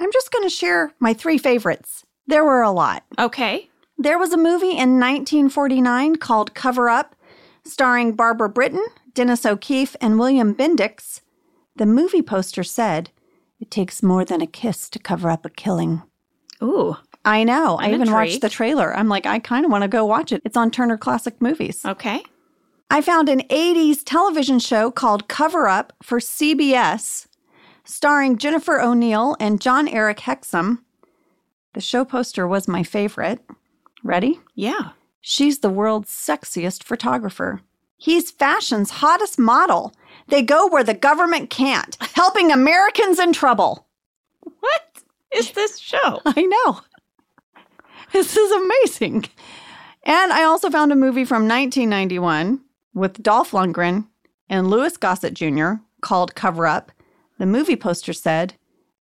[SPEAKER 2] I'm just going to share my three favorites. There were a lot.
[SPEAKER 1] Okay.
[SPEAKER 2] There was a movie in 1949 called Cover Up, starring Barbara Britton, Dennis O'Keefe, and William Bendix. The movie poster said, It takes more than a kiss to cover up a killing.
[SPEAKER 1] Ooh.
[SPEAKER 2] I know. i
[SPEAKER 1] I'm
[SPEAKER 2] even watched
[SPEAKER 1] intrigued.
[SPEAKER 2] the trailer. I'm like, I kind of want to go watch it. It's on Turner Classic Movies.
[SPEAKER 1] Okay.
[SPEAKER 2] I found an 80s television show called Cover Up for CBS, starring Jennifer O'Neill and John Eric Hexum. The show poster was my favorite. Ready?
[SPEAKER 1] Yeah.
[SPEAKER 2] She's the world's sexiest photographer. He's fashion's hottest model. They go where the government can't, helping Americans in trouble.
[SPEAKER 1] What is this show?
[SPEAKER 2] I know. This is amazing. And I also found a movie from 1991 with Dolph Lundgren and Louis Gossett Jr. called Cover Up. The movie poster said,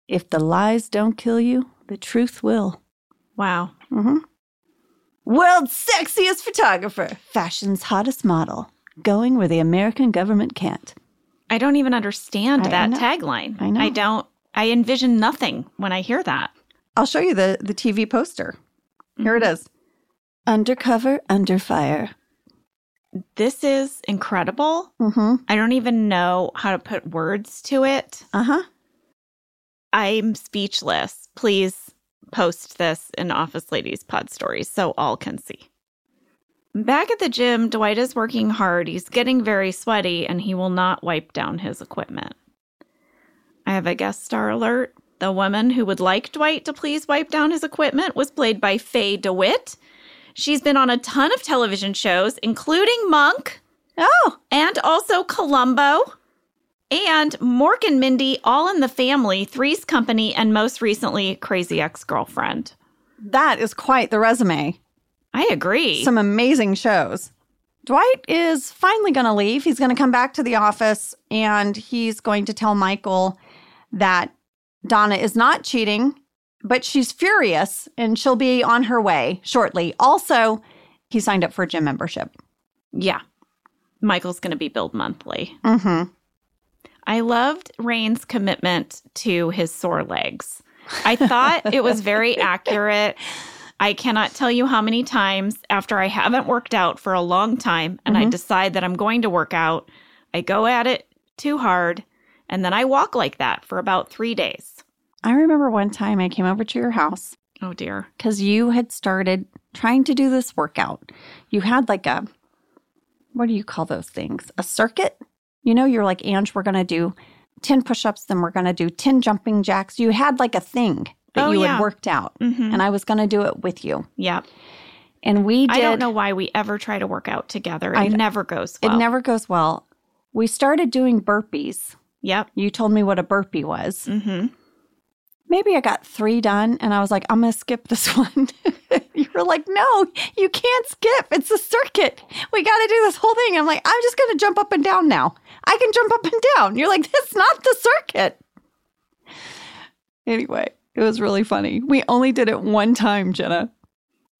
[SPEAKER 2] If the lies don't kill you, the truth will.
[SPEAKER 1] Wow.
[SPEAKER 2] hmm World's sexiest photographer, fashion's hottest model, going where the American government can't.
[SPEAKER 1] I don't even understand
[SPEAKER 2] I- I
[SPEAKER 1] that
[SPEAKER 2] know.
[SPEAKER 1] tagline.
[SPEAKER 2] I know.
[SPEAKER 1] I don't, I envision nothing when I hear that.
[SPEAKER 2] I'll show you the, the TV poster. Here it is Undercover, Under Fire.
[SPEAKER 1] This is incredible.
[SPEAKER 2] Mm-hmm.
[SPEAKER 1] I don't even know how to put words to it.
[SPEAKER 2] Uh huh.
[SPEAKER 1] I'm speechless. Please post this in Office Ladies Pod Stories so all can see. Back at the gym, Dwight is working hard. He's getting very sweaty and he will not wipe down his equipment. I have a guest star alert. The woman who would like Dwight to please wipe down his equipment was played by Faye DeWitt, She's been on a ton of television shows, including Monk.
[SPEAKER 2] Oh.
[SPEAKER 1] And also Columbo. And Mork and Mindy, All in the Family, Three's Company, and most recently, Crazy Ex Girlfriend.
[SPEAKER 2] That is quite the resume.
[SPEAKER 1] I agree.
[SPEAKER 2] Some amazing shows. Dwight is finally going to leave. He's going to come back to the office and he's going to tell Michael that Donna is not cheating, but she's furious and she'll be on her way shortly. Also, he signed up for a gym membership.
[SPEAKER 1] Yeah. Michael's going to be billed monthly.
[SPEAKER 2] Mm-hmm.
[SPEAKER 1] I loved Rain's commitment to his sore legs. I thought it was very accurate. I cannot tell you how many times after I haven't worked out for a long time and I
[SPEAKER 2] Mhm.
[SPEAKER 1] decide that I'm going to work out, I go at it too hard and then I walk like that for about three days.
[SPEAKER 2] I remember one time I came over to your house
[SPEAKER 1] Oh dear.
[SPEAKER 2] because you had started trying to do this workout. You had like a, what do you call those things? A circuit? You know, you're like, Ange, we're going to do 10 push ups, then we're going to do 10 jumping jacks. You had like a thing that
[SPEAKER 1] Oh,
[SPEAKER 2] you
[SPEAKER 1] yeah.
[SPEAKER 2] had worked out,
[SPEAKER 1] Mhm.
[SPEAKER 2] and I was going to do it with you.
[SPEAKER 1] Yeah.
[SPEAKER 2] And we did.
[SPEAKER 1] I don't know why we ever try to work out together. It
[SPEAKER 2] I-
[SPEAKER 1] never goes
[SPEAKER 2] It
[SPEAKER 1] well.
[SPEAKER 2] never goes well. We started doing burpees.
[SPEAKER 1] Yep.
[SPEAKER 2] You told me what a burpee was.
[SPEAKER 1] Mm-hmm.
[SPEAKER 2] Maybe I got three done and I was like, I'm going to skip this one. you were like, no, you can't skip. It's a circuit. We got to do this whole thing. I'm like, I'm just going to jump up and down now. I can jump up and down. You're like, that's not the circuit. Anyway, it was really funny. We only did it one time, Jenna.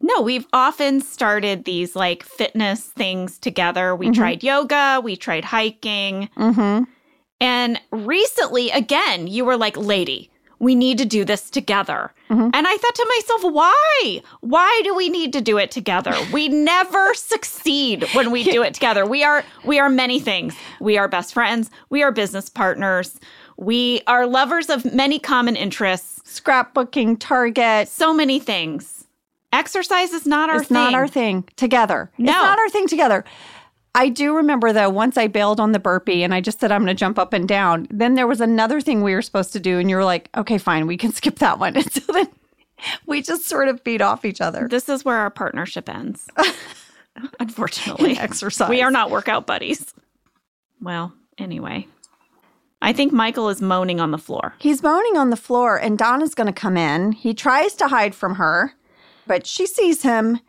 [SPEAKER 1] No, we've often started these like fitness things together. We
[SPEAKER 2] Mhm.
[SPEAKER 1] tried yoga, we tried hiking.
[SPEAKER 2] Mm-hmm.
[SPEAKER 1] And recently, again, you were like, lady, we need to do this together.
[SPEAKER 2] Mhm.
[SPEAKER 1] And I thought to myself, why? Why do we need to do it together? We never succeed when we do it together. We are we are many things. We are best friends, we are business partners, we are lovers of many common interests,
[SPEAKER 2] Scrapbooking, Target.
[SPEAKER 1] so many things. Exercise is not our
[SPEAKER 2] it's
[SPEAKER 1] thing.
[SPEAKER 2] not our thing together.
[SPEAKER 1] No.
[SPEAKER 2] It's not our thing together. I do remember though, once I bailed on the burpee and I just said, I'm going to jump up and down. Then there was another thing we were supposed to do. And you were like, okay, fine, we can skip that one. And so then we just sort of beat off each other.
[SPEAKER 1] This is where our partnership ends.
[SPEAKER 2] in
[SPEAKER 1] Unfortunately,
[SPEAKER 2] exercise.
[SPEAKER 1] we are not workout buddies. Well, anyway, I think Michael is moaning on the floor.
[SPEAKER 2] He's moaning on the floor, and Donna's going to come in. He tries to hide from her, but she sees him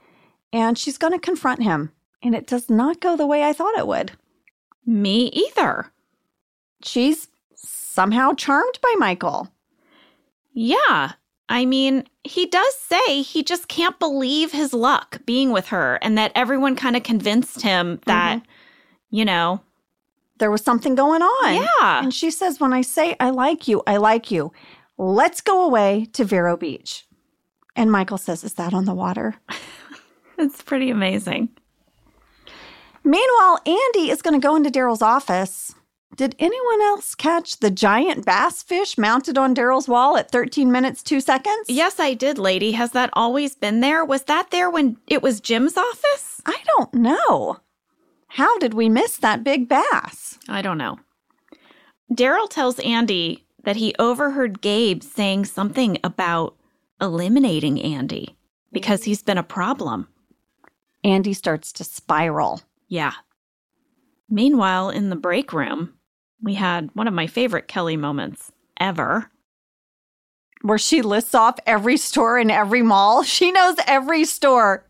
[SPEAKER 2] and she's going to confront him. And it does not go the way I thought it would.
[SPEAKER 1] Me either.
[SPEAKER 2] She's somehow charmed by Michael.
[SPEAKER 1] Yeah. I mean, he does say he just can't believe his luck being with her and that everyone kind of convinced him that, you know,
[SPEAKER 2] there was something going on.
[SPEAKER 1] Yeah.
[SPEAKER 2] And she says, When I say I like you, I like you. Let's go away to Vero Beach. And Michael says, Is that on the water?
[SPEAKER 1] it's pretty amazing.
[SPEAKER 2] Meanwhile, Andy is going to go into Daryl's office. Did anyone else catch the giant bass fish mounted on Daryl's wall at 13 minutes, two seconds?
[SPEAKER 1] Yes, I did, lady. Has that always been there? Was that there when it was Jim's office?
[SPEAKER 2] I don't know. How did we miss that big bass?
[SPEAKER 1] I don't know. Daryl tells Andy that he overheard Gabe saying something about eliminating Andy because he's been a problem.
[SPEAKER 2] Andy starts to spiral.
[SPEAKER 1] Yeah. Meanwhile, in the break room, we had one of my favorite Kelly moments ever.
[SPEAKER 2] where she lists off every store in every mall. She knows every store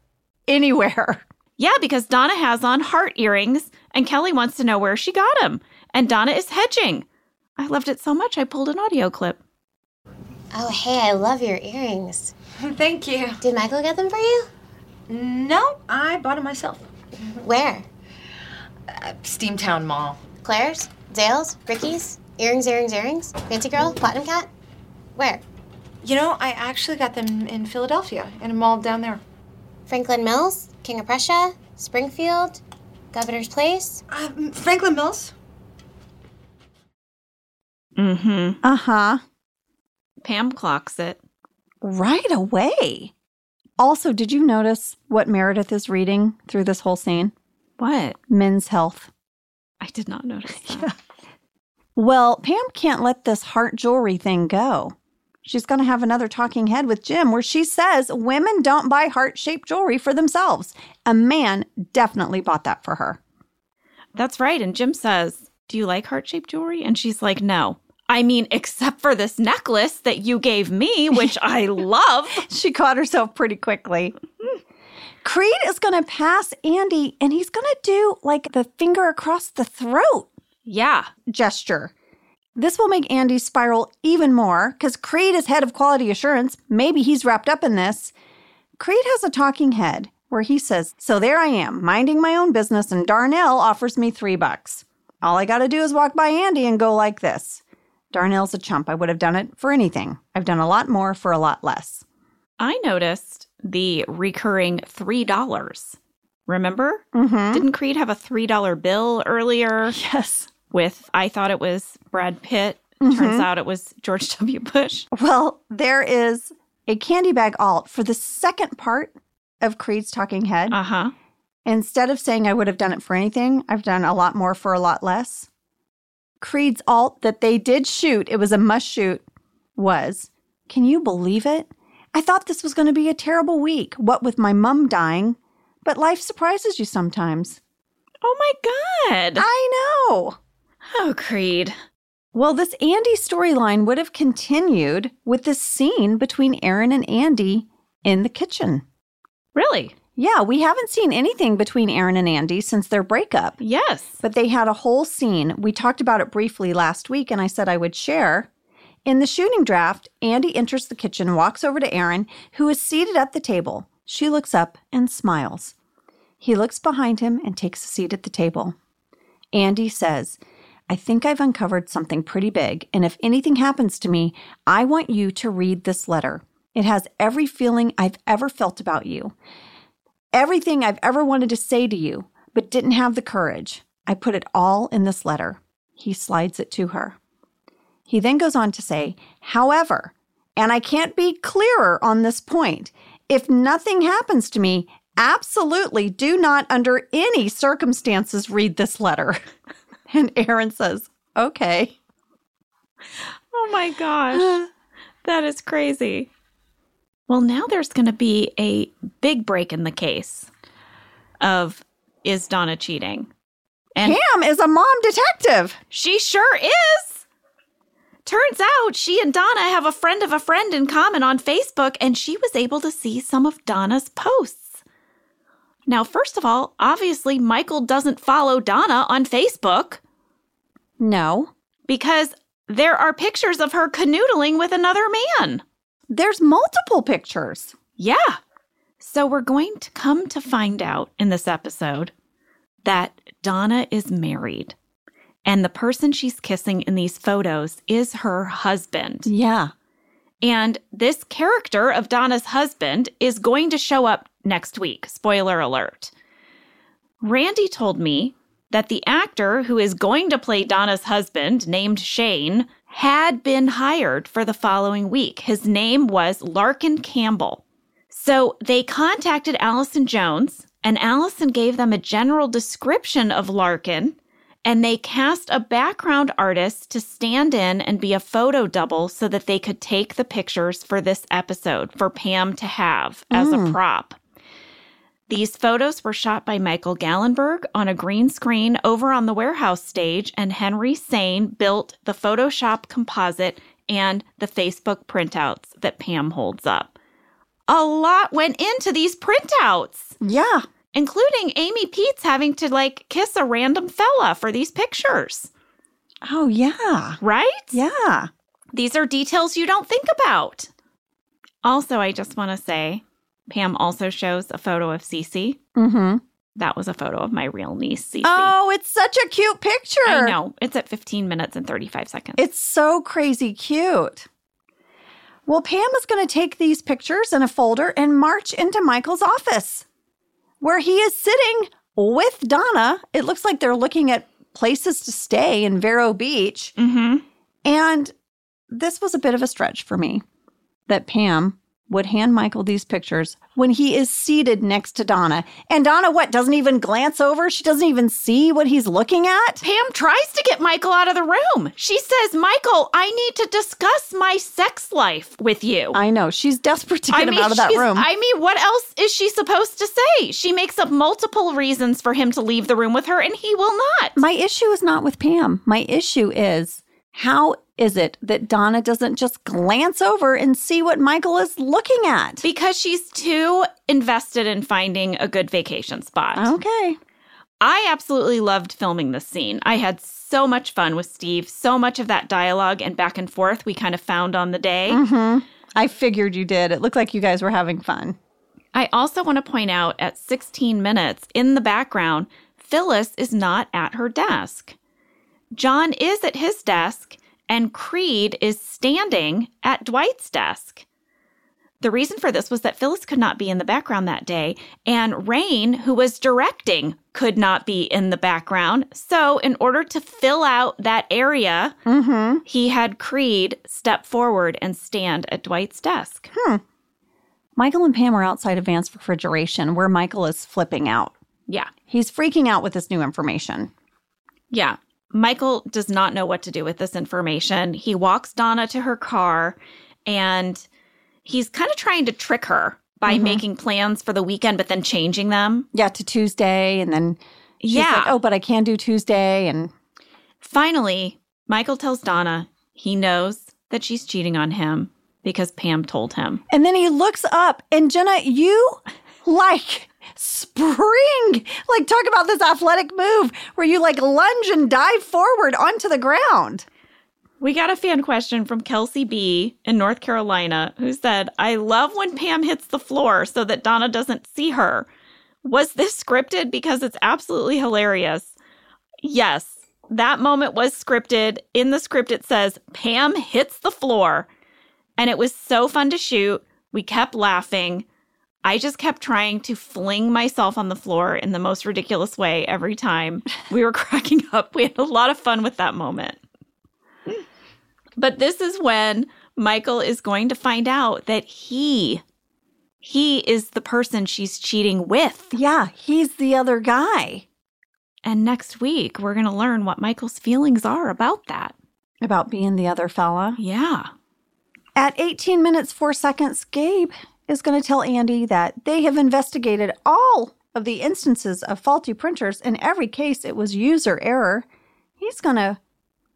[SPEAKER 2] anywhere.
[SPEAKER 1] Yeah, because Donna has on heart earrings and Kelly wants to know where she got them. And Donna is hedging. I loved it so much, I pulled an audio clip.
[SPEAKER 12] Oh, hey, I love your earrings.
[SPEAKER 13] Thank you.
[SPEAKER 12] Did Michael get them for you?
[SPEAKER 13] No, I bought it myself.
[SPEAKER 12] Where?
[SPEAKER 13] Steamtown Mall.
[SPEAKER 12] Claire's? Dale's? Ricky's? Earrings, earrings, earrings? Fancy Girl? Platinum Cat? Where?
[SPEAKER 13] You know, I actually got them in Philadelphia in a mall down there.
[SPEAKER 12] Franklin Mills? King of Prussia? Springfield? Governor's Place?
[SPEAKER 13] Um, Franklin Mills.
[SPEAKER 1] Mm hmm.
[SPEAKER 2] Uh huh.
[SPEAKER 1] Pam clocks it.
[SPEAKER 2] Right away. Also, did you notice what Meredith is reading through this whole scene?
[SPEAKER 1] What?
[SPEAKER 2] Men's health.
[SPEAKER 1] I did not notice that.
[SPEAKER 2] Well, Pam can't let this heart jewelry thing go. She's going to have another talking head with Jim where she says women don't buy heart shaped jewelry for themselves. A man definitely bought that for her.
[SPEAKER 1] That's right. And Jim says, Do you like heart shaped jewelry? And she's like, No. I mean, except for this necklace that you gave me, which I love.
[SPEAKER 2] she caught herself pretty quickly. Creed is going to pass Andy and he's going to do like the finger across the throat.
[SPEAKER 1] Yeah.
[SPEAKER 2] Gesture. This will make Andy spiral even more because Creed is head of quality assurance. Maybe he's wrapped up in this. Creed has a talking head where he says, So there I am, minding my own business, and Darnell offers me three bucks. All I got to do is walk by Andy and go like this. Darnell's a chump. I would have done it for anything. I've done a lot more for a lot less.
[SPEAKER 1] I noticed the recurring $3. Remember?
[SPEAKER 2] Mm-hmm.
[SPEAKER 1] Didn't Creed have a $3 bill earlier?
[SPEAKER 2] Yes.
[SPEAKER 1] With, I thought it was Brad Pitt.
[SPEAKER 2] Mhm.
[SPEAKER 1] Turns out it was George W. Bush.
[SPEAKER 2] Well, there is a candy bag alt for the second part of Creed's talking head.
[SPEAKER 1] Uh huh.
[SPEAKER 2] Instead of saying I would have done it for anything, I've done a lot more for a lot less. Creed's alt that they did shoot, it was a must shoot, was Can you believe it? I thought this was going to be a terrible week, what with my mum dying, but life surprises you sometimes.
[SPEAKER 1] Oh my God.
[SPEAKER 2] I know.
[SPEAKER 1] Oh, Creed.
[SPEAKER 2] Well, this Andy storyline would have continued with this scene between Aaron and Andy in the kitchen.
[SPEAKER 1] Really?
[SPEAKER 2] Yeah, we haven't seen anything between Aaron and Andy since their breakup.
[SPEAKER 1] Yes.
[SPEAKER 2] But they had a whole scene. We talked about it briefly last week, and I said I would share. In the shooting draft, Andy enters the kitchen, walks over to Aaron, who is seated at the table. She looks up and smiles. He looks behind him and takes a seat at the table. Andy says, I think I've uncovered something pretty big, and if anything happens to me, I want you to read this letter. It has every feeling I've ever felt about you everything I've ever wanted to say to you, but didn't have the courage. I put it all in this letter. He slides it to her. He then goes on to say, however, and I can't be clearer on this point, if nothing happens to me, absolutely do not, under any circumstances, read this letter. and Aaron says, okay.
[SPEAKER 1] Oh my gosh. that is crazy. Well, now there's going to be a big break in the case of is Donna cheating? And
[SPEAKER 2] Pam is a mom detective.
[SPEAKER 1] she sure is. Turns out she and Donna have a friend of a friend in common on Facebook, and she was able to see some of Donna's posts. Now, first of all, obviously, Michael doesn't follow Donna on Facebook
[SPEAKER 2] No,
[SPEAKER 1] because there are pictures of her canoodling with another man.
[SPEAKER 2] there's multiple pictures.
[SPEAKER 1] Yeah. So we're going to come to find out in this episode that Donna is married. And the person she's kissing in these photos is her husband.
[SPEAKER 2] Yeah.
[SPEAKER 1] And this character of Donna's husband is going to show up next week. Spoiler alert. Randy told me that the actor who is going to play Donna's husband, named Shane, had been hired for the following week. His name was Larkin Campbell. So they contacted Allison Jones, and Allison gave them a general description of Larkin, and they cast a background artist to stand in and be a photo double so that they could take the pictures for this episode for Pam to have as a prop. These photos were shot by Michael Gallenberg on a green screen over on the warehouse stage, and Henry Sain built the Photoshop composite and the Facebook printouts that Pam holds up. A lot went into these printouts,
[SPEAKER 2] Yeah.
[SPEAKER 1] including Amy Peets having to like kiss a random fella for these pictures,
[SPEAKER 2] Oh, yeah.
[SPEAKER 1] right?
[SPEAKER 2] Yeah.
[SPEAKER 1] These are details you don't think about. Also, I just want to say Pam also shows a photo of Cece.
[SPEAKER 2] Mm
[SPEAKER 1] Mm-hmm.
[SPEAKER 2] hmm.
[SPEAKER 1] That was a photo of my real niece, Cece.
[SPEAKER 2] Oh, it's such a cute picture.
[SPEAKER 1] I know. It's at 15 minutes and 35 seconds.
[SPEAKER 2] It's so crazy cute. Well, Pam is going to take these pictures in a folder and march into Michael's office where he is sitting with Donna. It looks like they're looking at places to stay in Vero Beach.
[SPEAKER 1] mm-hmm.
[SPEAKER 2] And this was a bit of a stretch for me that Pam would hand Michael these pictures when he is seated next to Donna. And Donna, what, doesn't even glance over? She doesn't even see what he's looking at?
[SPEAKER 1] Pam tries to get Michael out of the room. She says, Michael, I need to discuss my sex life with you.
[SPEAKER 2] I know. She's desperate to get
[SPEAKER 1] I
[SPEAKER 2] him
[SPEAKER 1] mean,
[SPEAKER 2] out of that
[SPEAKER 1] she's-
[SPEAKER 2] room.
[SPEAKER 1] I mean, what else is she supposed to say? She makes up multiple reasons for him to leave the room with her, and he will not.
[SPEAKER 2] My issue is not with Pam. My issue is how is it that Donna doesn't just glance over and see what Michael is looking at?
[SPEAKER 1] Because she's too invested in finding a good vacation spot.
[SPEAKER 2] Okay.
[SPEAKER 1] I absolutely loved filming this scene. I had so much fun with Steve, so much of that dialogue and back and forth we kind of found on the day.
[SPEAKER 2] hmm I figured you did. It looked like you guys were having fun.
[SPEAKER 1] I also want to point out at 16 minutes in the background, Phyllis is not at her desk. John is at his desk, and Creed is standing at Dwight's desk. The reason for this was that Phyllis could not be in the background that day, and Rain, who was directing, could not be in the background. So, in order to fill out that area,
[SPEAKER 2] Mm-hmm.
[SPEAKER 1] he had Creed step forward and stand at Dwight's desk.
[SPEAKER 2] Hmm. Michael and Pam are outside of Vance's refrigeration where Michael is flipping out.
[SPEAKER 1] Yeah.
[SPEAKER 2] He's freaking out with this new information.
[SPEAKER 1] Yeah. Michael does not know what to do with this information. He walks Donna to her car and he's kind of trying to trick her by
[SPEAKER 2] Mhm.
[SPEAKER 1] making plans for the weekend, but then changing them.
[SPEAKER 2] Yeah, to Tuesday. And then she's
[SPEAKER 1] Yeah.
[SPEAKER 2] like, oh, but I can do Tuesday. And
[SPEAKER 1] Finally, Michael tells Donna he knows that she's cheating on him because Pam told him.
[SPEAKER 2] And then he looks up, and Jenna, you like spring, like talk about this athletic move where you like lunge and dive forward onto the ground.
[SPEAKER 1] We got a fan question from Kelsey B in North Carolina who said, I love when Pam hits the floor so that Donna doesn't see her. Was this scripted? Because it's absolutely hilarious. Yes, that moment was scripted. In the script, it says, Pam hits the floor. And it was so fun to shoot. We kept laughing. I just kept trying to fling myself on the floor in the most ridiculous way every time. We were cracking up. We had a lot of fun with that moment. But this is when Michael is going to find out that he he is the person she's cheating with.
[SPEAKER 2] Yeah, he's the other guy
[SPEAKER 1] And next week we're going to learn what Michael's feelings are about that.
[SPEAKER 2] about being the other fella.
[SPEAKER 1] Yeah.
[SPEAKER 2] At 18 minutes, four seconds, Gabe is going to tell Andy that they have investigated all of the instances of faulty printers. In every case, it was user error. He's going to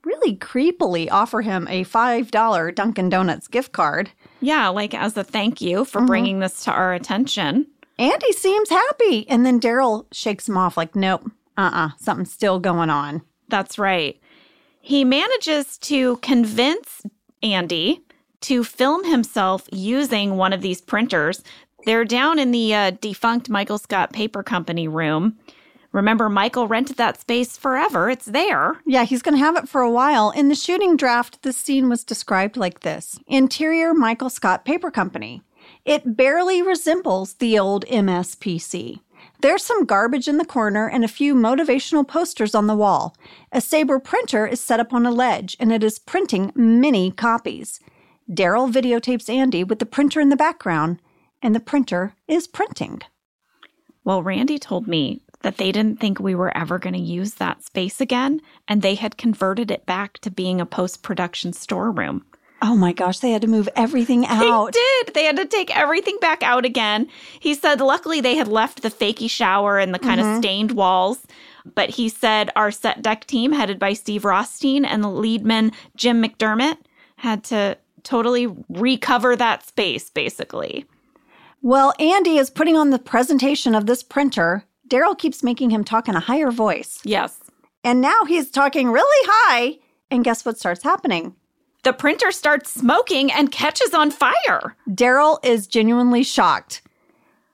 [SPEAKER 2] really creepily offer him a $5 Dunkin' Donuts gift card.
[SPEAKER 1] Yeah, like as a thank you for bringing this to our attention.
[SPEAKER 2] Andy seems happy. And then Daryl shakes him off, like, nope, uh uh-uh, uh, something's still going on.
[SPEAKER 1] That's right. He manages to convince Andy to film himself using one of these printers. They're down in the uh, defunct Michael Scott Paper Company room. Remember, Michael rented that space forever. It's there.
[SPEAKER 2] Yeah, he's going to have it for a while. In the shooting draft, the scene was described like this Interior Michael Scott Paper Company. It barely resembles the old MSPC. There's some garbage in the corner and a few motivational posters on the wall. A Sabre printer is set up on a ledge and it is printing many copies. Daryl videotapes Andy with the printer in the background, and the printer is printing.
[SPEAKER 1] Well, Randy told me that they didn't think we were ever going to use that space again, and they had converted it back to being a post production storeroom.
[SPEAKER 2] Oh my gosh, they had to move everything out.
[SPEAKER 1] They did. They had to take everything back out again. He said, luckily, they had left the fakey shower and the kind of
[SPEAKER 2] Mhm.
[SPEAKER 1] stained walls. But he said our set deck team, headed by Steve Rothstein and the leadman Jim McDermott, had to totally recover that space, basically.
[SPEAKER 2] Well, Andy is putting on the presentation of this printer. Daryl keeps making him talk in a higher voice.
[SPEAKER 1] Yes.
[SPEAKER 2] And now he's talking really high. And guess what starts happening?
[SPEAKER 1] The printer starts smoking and catches on fire.
[SPEAKER 2] Daryl is genuinely shocked.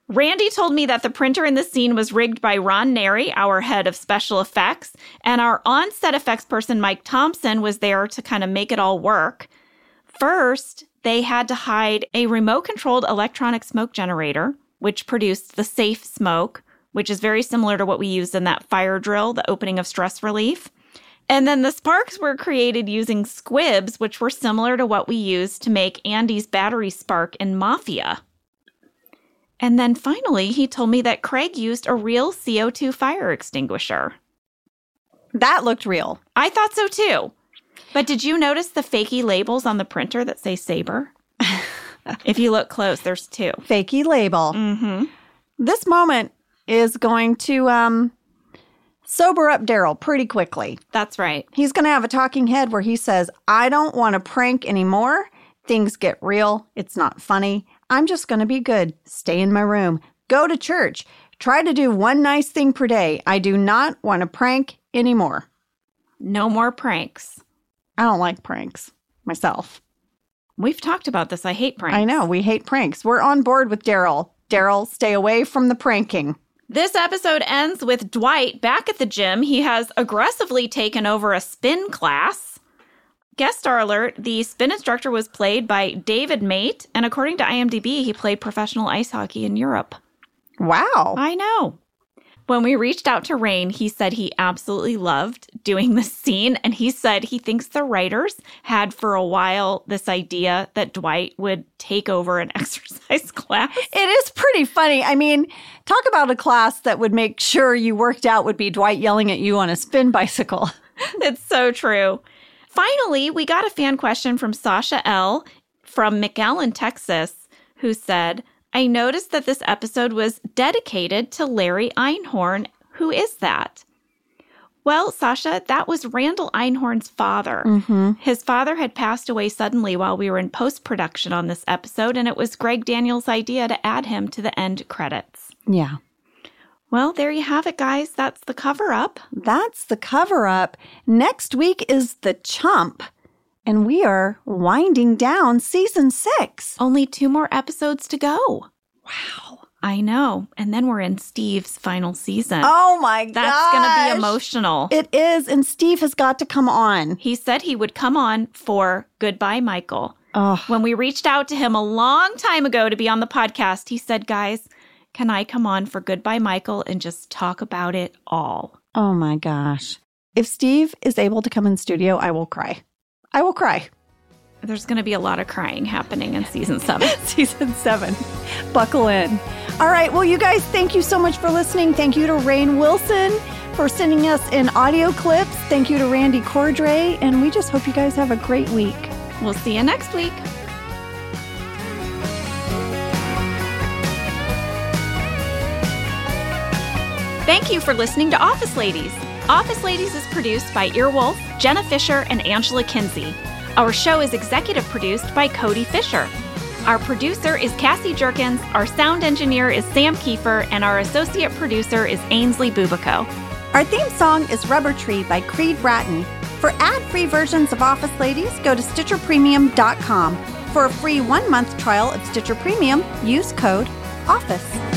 [SPEAKER 1] Randy told me that the printer in the scene was rigged by Ron Neri, our head of special effects, and our on-set effects person Mike Thompson was there to kind of make it all work. First, they had to hide a remote-controlled electronic smoke generator, which produced the safe smoke, which is very similar to what we used in that fire drill, the opening of stress relief. And then the sparks were created using squibs, which were similar to what we used to make Andy's battery spark in Mafia. And then finally, he told me that Craig used a real CO2 fire extinguisher.
[SPEAKER 2] That looked real.
[SPEAKER 1] I thought so too. But did you notice the fakey labels on the printer that say Saber? if you look close, there's two.
[SPEAKER 2] Fakey label.
[SPEAKER 1] Mm-hmm.
[SPEAKER 2] This moment is going to um, sober up Daryl pretty quickly.
[SPEAKER 1] That's right.
[SPEAKER 2] He's going to have a talking head where he says, I don't want to prank anymore. Things get real. It's not funny. I'm just going to be good. Stay in my room. Go to church. Try to do one nice thing per day. I do not want to prank anymore.
[SPEAKER 1] No more pranks.
[SPEAKER 2] I don't like pranks myself.
[SPEAKER 1] We've talked about this. I hate pranks.
[SPEAKER 2] I know. We hate pranks. We're on board with Daryl. Daryl, stay away from the pranking.
[SPEAKER 1] This episode ends with Dwight back at the gym. He has aggressively taken over a spin class. Guest star alert the spin instructor was played by David Mate, and according to IMDb, he played professional ice hockey in Europe.
[SPEAKER 2] Wow.
[SPEAKER 1] I know. When we reached out to Rain, he said he absolutely loved doing this scene, and he said he thinks the writers had for a while this idea that Dwight would take over an exercise class.
[SPEAKER 2] It is pretty funny. I mean, talk about a class that would make sure you worked out would be Dwight yelling at you on a spin bicycle.
[SPEAKER 1] That's so true. Finally, we got a fan question from Sasha L. from McAllen, Texas, who said, I noticed that this episode was dedicated to Larry Einhorn. Who is that? Well, Sasha, that was Randall Einhorn's father.
[SPEAKER 2] Mm-hmm.
[SPEAKER 1] His father had passed away suddenly while we were in post production on this episode, and it was Greg Daniels' idea to add him to the end credits.
[SPEAKER 2] Yeah.
[SPEAKER 1] Well, there you have it, guys. That's the cover up.
[SPEAKER 2] That's the cover up. Next week is The Chump, and we are winding down season six.
[SPEAKER 1] Only two more episodes to go.
[SPEAKER 2] Wow.
[SPEAKER 1] I know. And then we're in Steve's final season.
[SPEAKER 2] Oh my god.
[SPEAKER 1] That's going to be emotional.
[SPEAKER 2] It is. And Steve has got to come on.
[SPEAKER 1] He said he would come on for Goodbye, Michael.
[SPEAKER 2] Ugh.
[SPEAKER 1] When we reached out to him a long time ago to be on the podcast, he said, guys, can I come on for Goodbye, Michael and just talk about it all?
[SPEAKER 2] Oh my gosh. If Steve is able to come in studio, I will cry. I will cry.
[SPEAKER 1] There's going to be a lot of crying happening in season seven.
[SPEAKER 2] season seven. Buckle in. All right. Well, you guys, thank you so much for listening. Thank you to Rain Wilson for sending us in audio clips. Thank you to Randy Cordray. And we just hope you guys have a great week.
[SPEAKER 1] We'll see you next week. Thank you for listening to Office Ladies. Office Ladies is produced by Earwolf, Jenna Fisher, and Angela Kinsey. Our show is executive produced by Cody Fisher. Our producer is Cassie Jerkins, our sound engineer is Sam Kiefer, and our associate producer is Ainsley Bubico.
[SPEAKER 2] Our theme song is Rubber Tree by Creed Bratton. For ad free versions of Office Ladies, go to StitcherPremium.com. For a free one month trial of Stitcher Premium, use code OFFICE.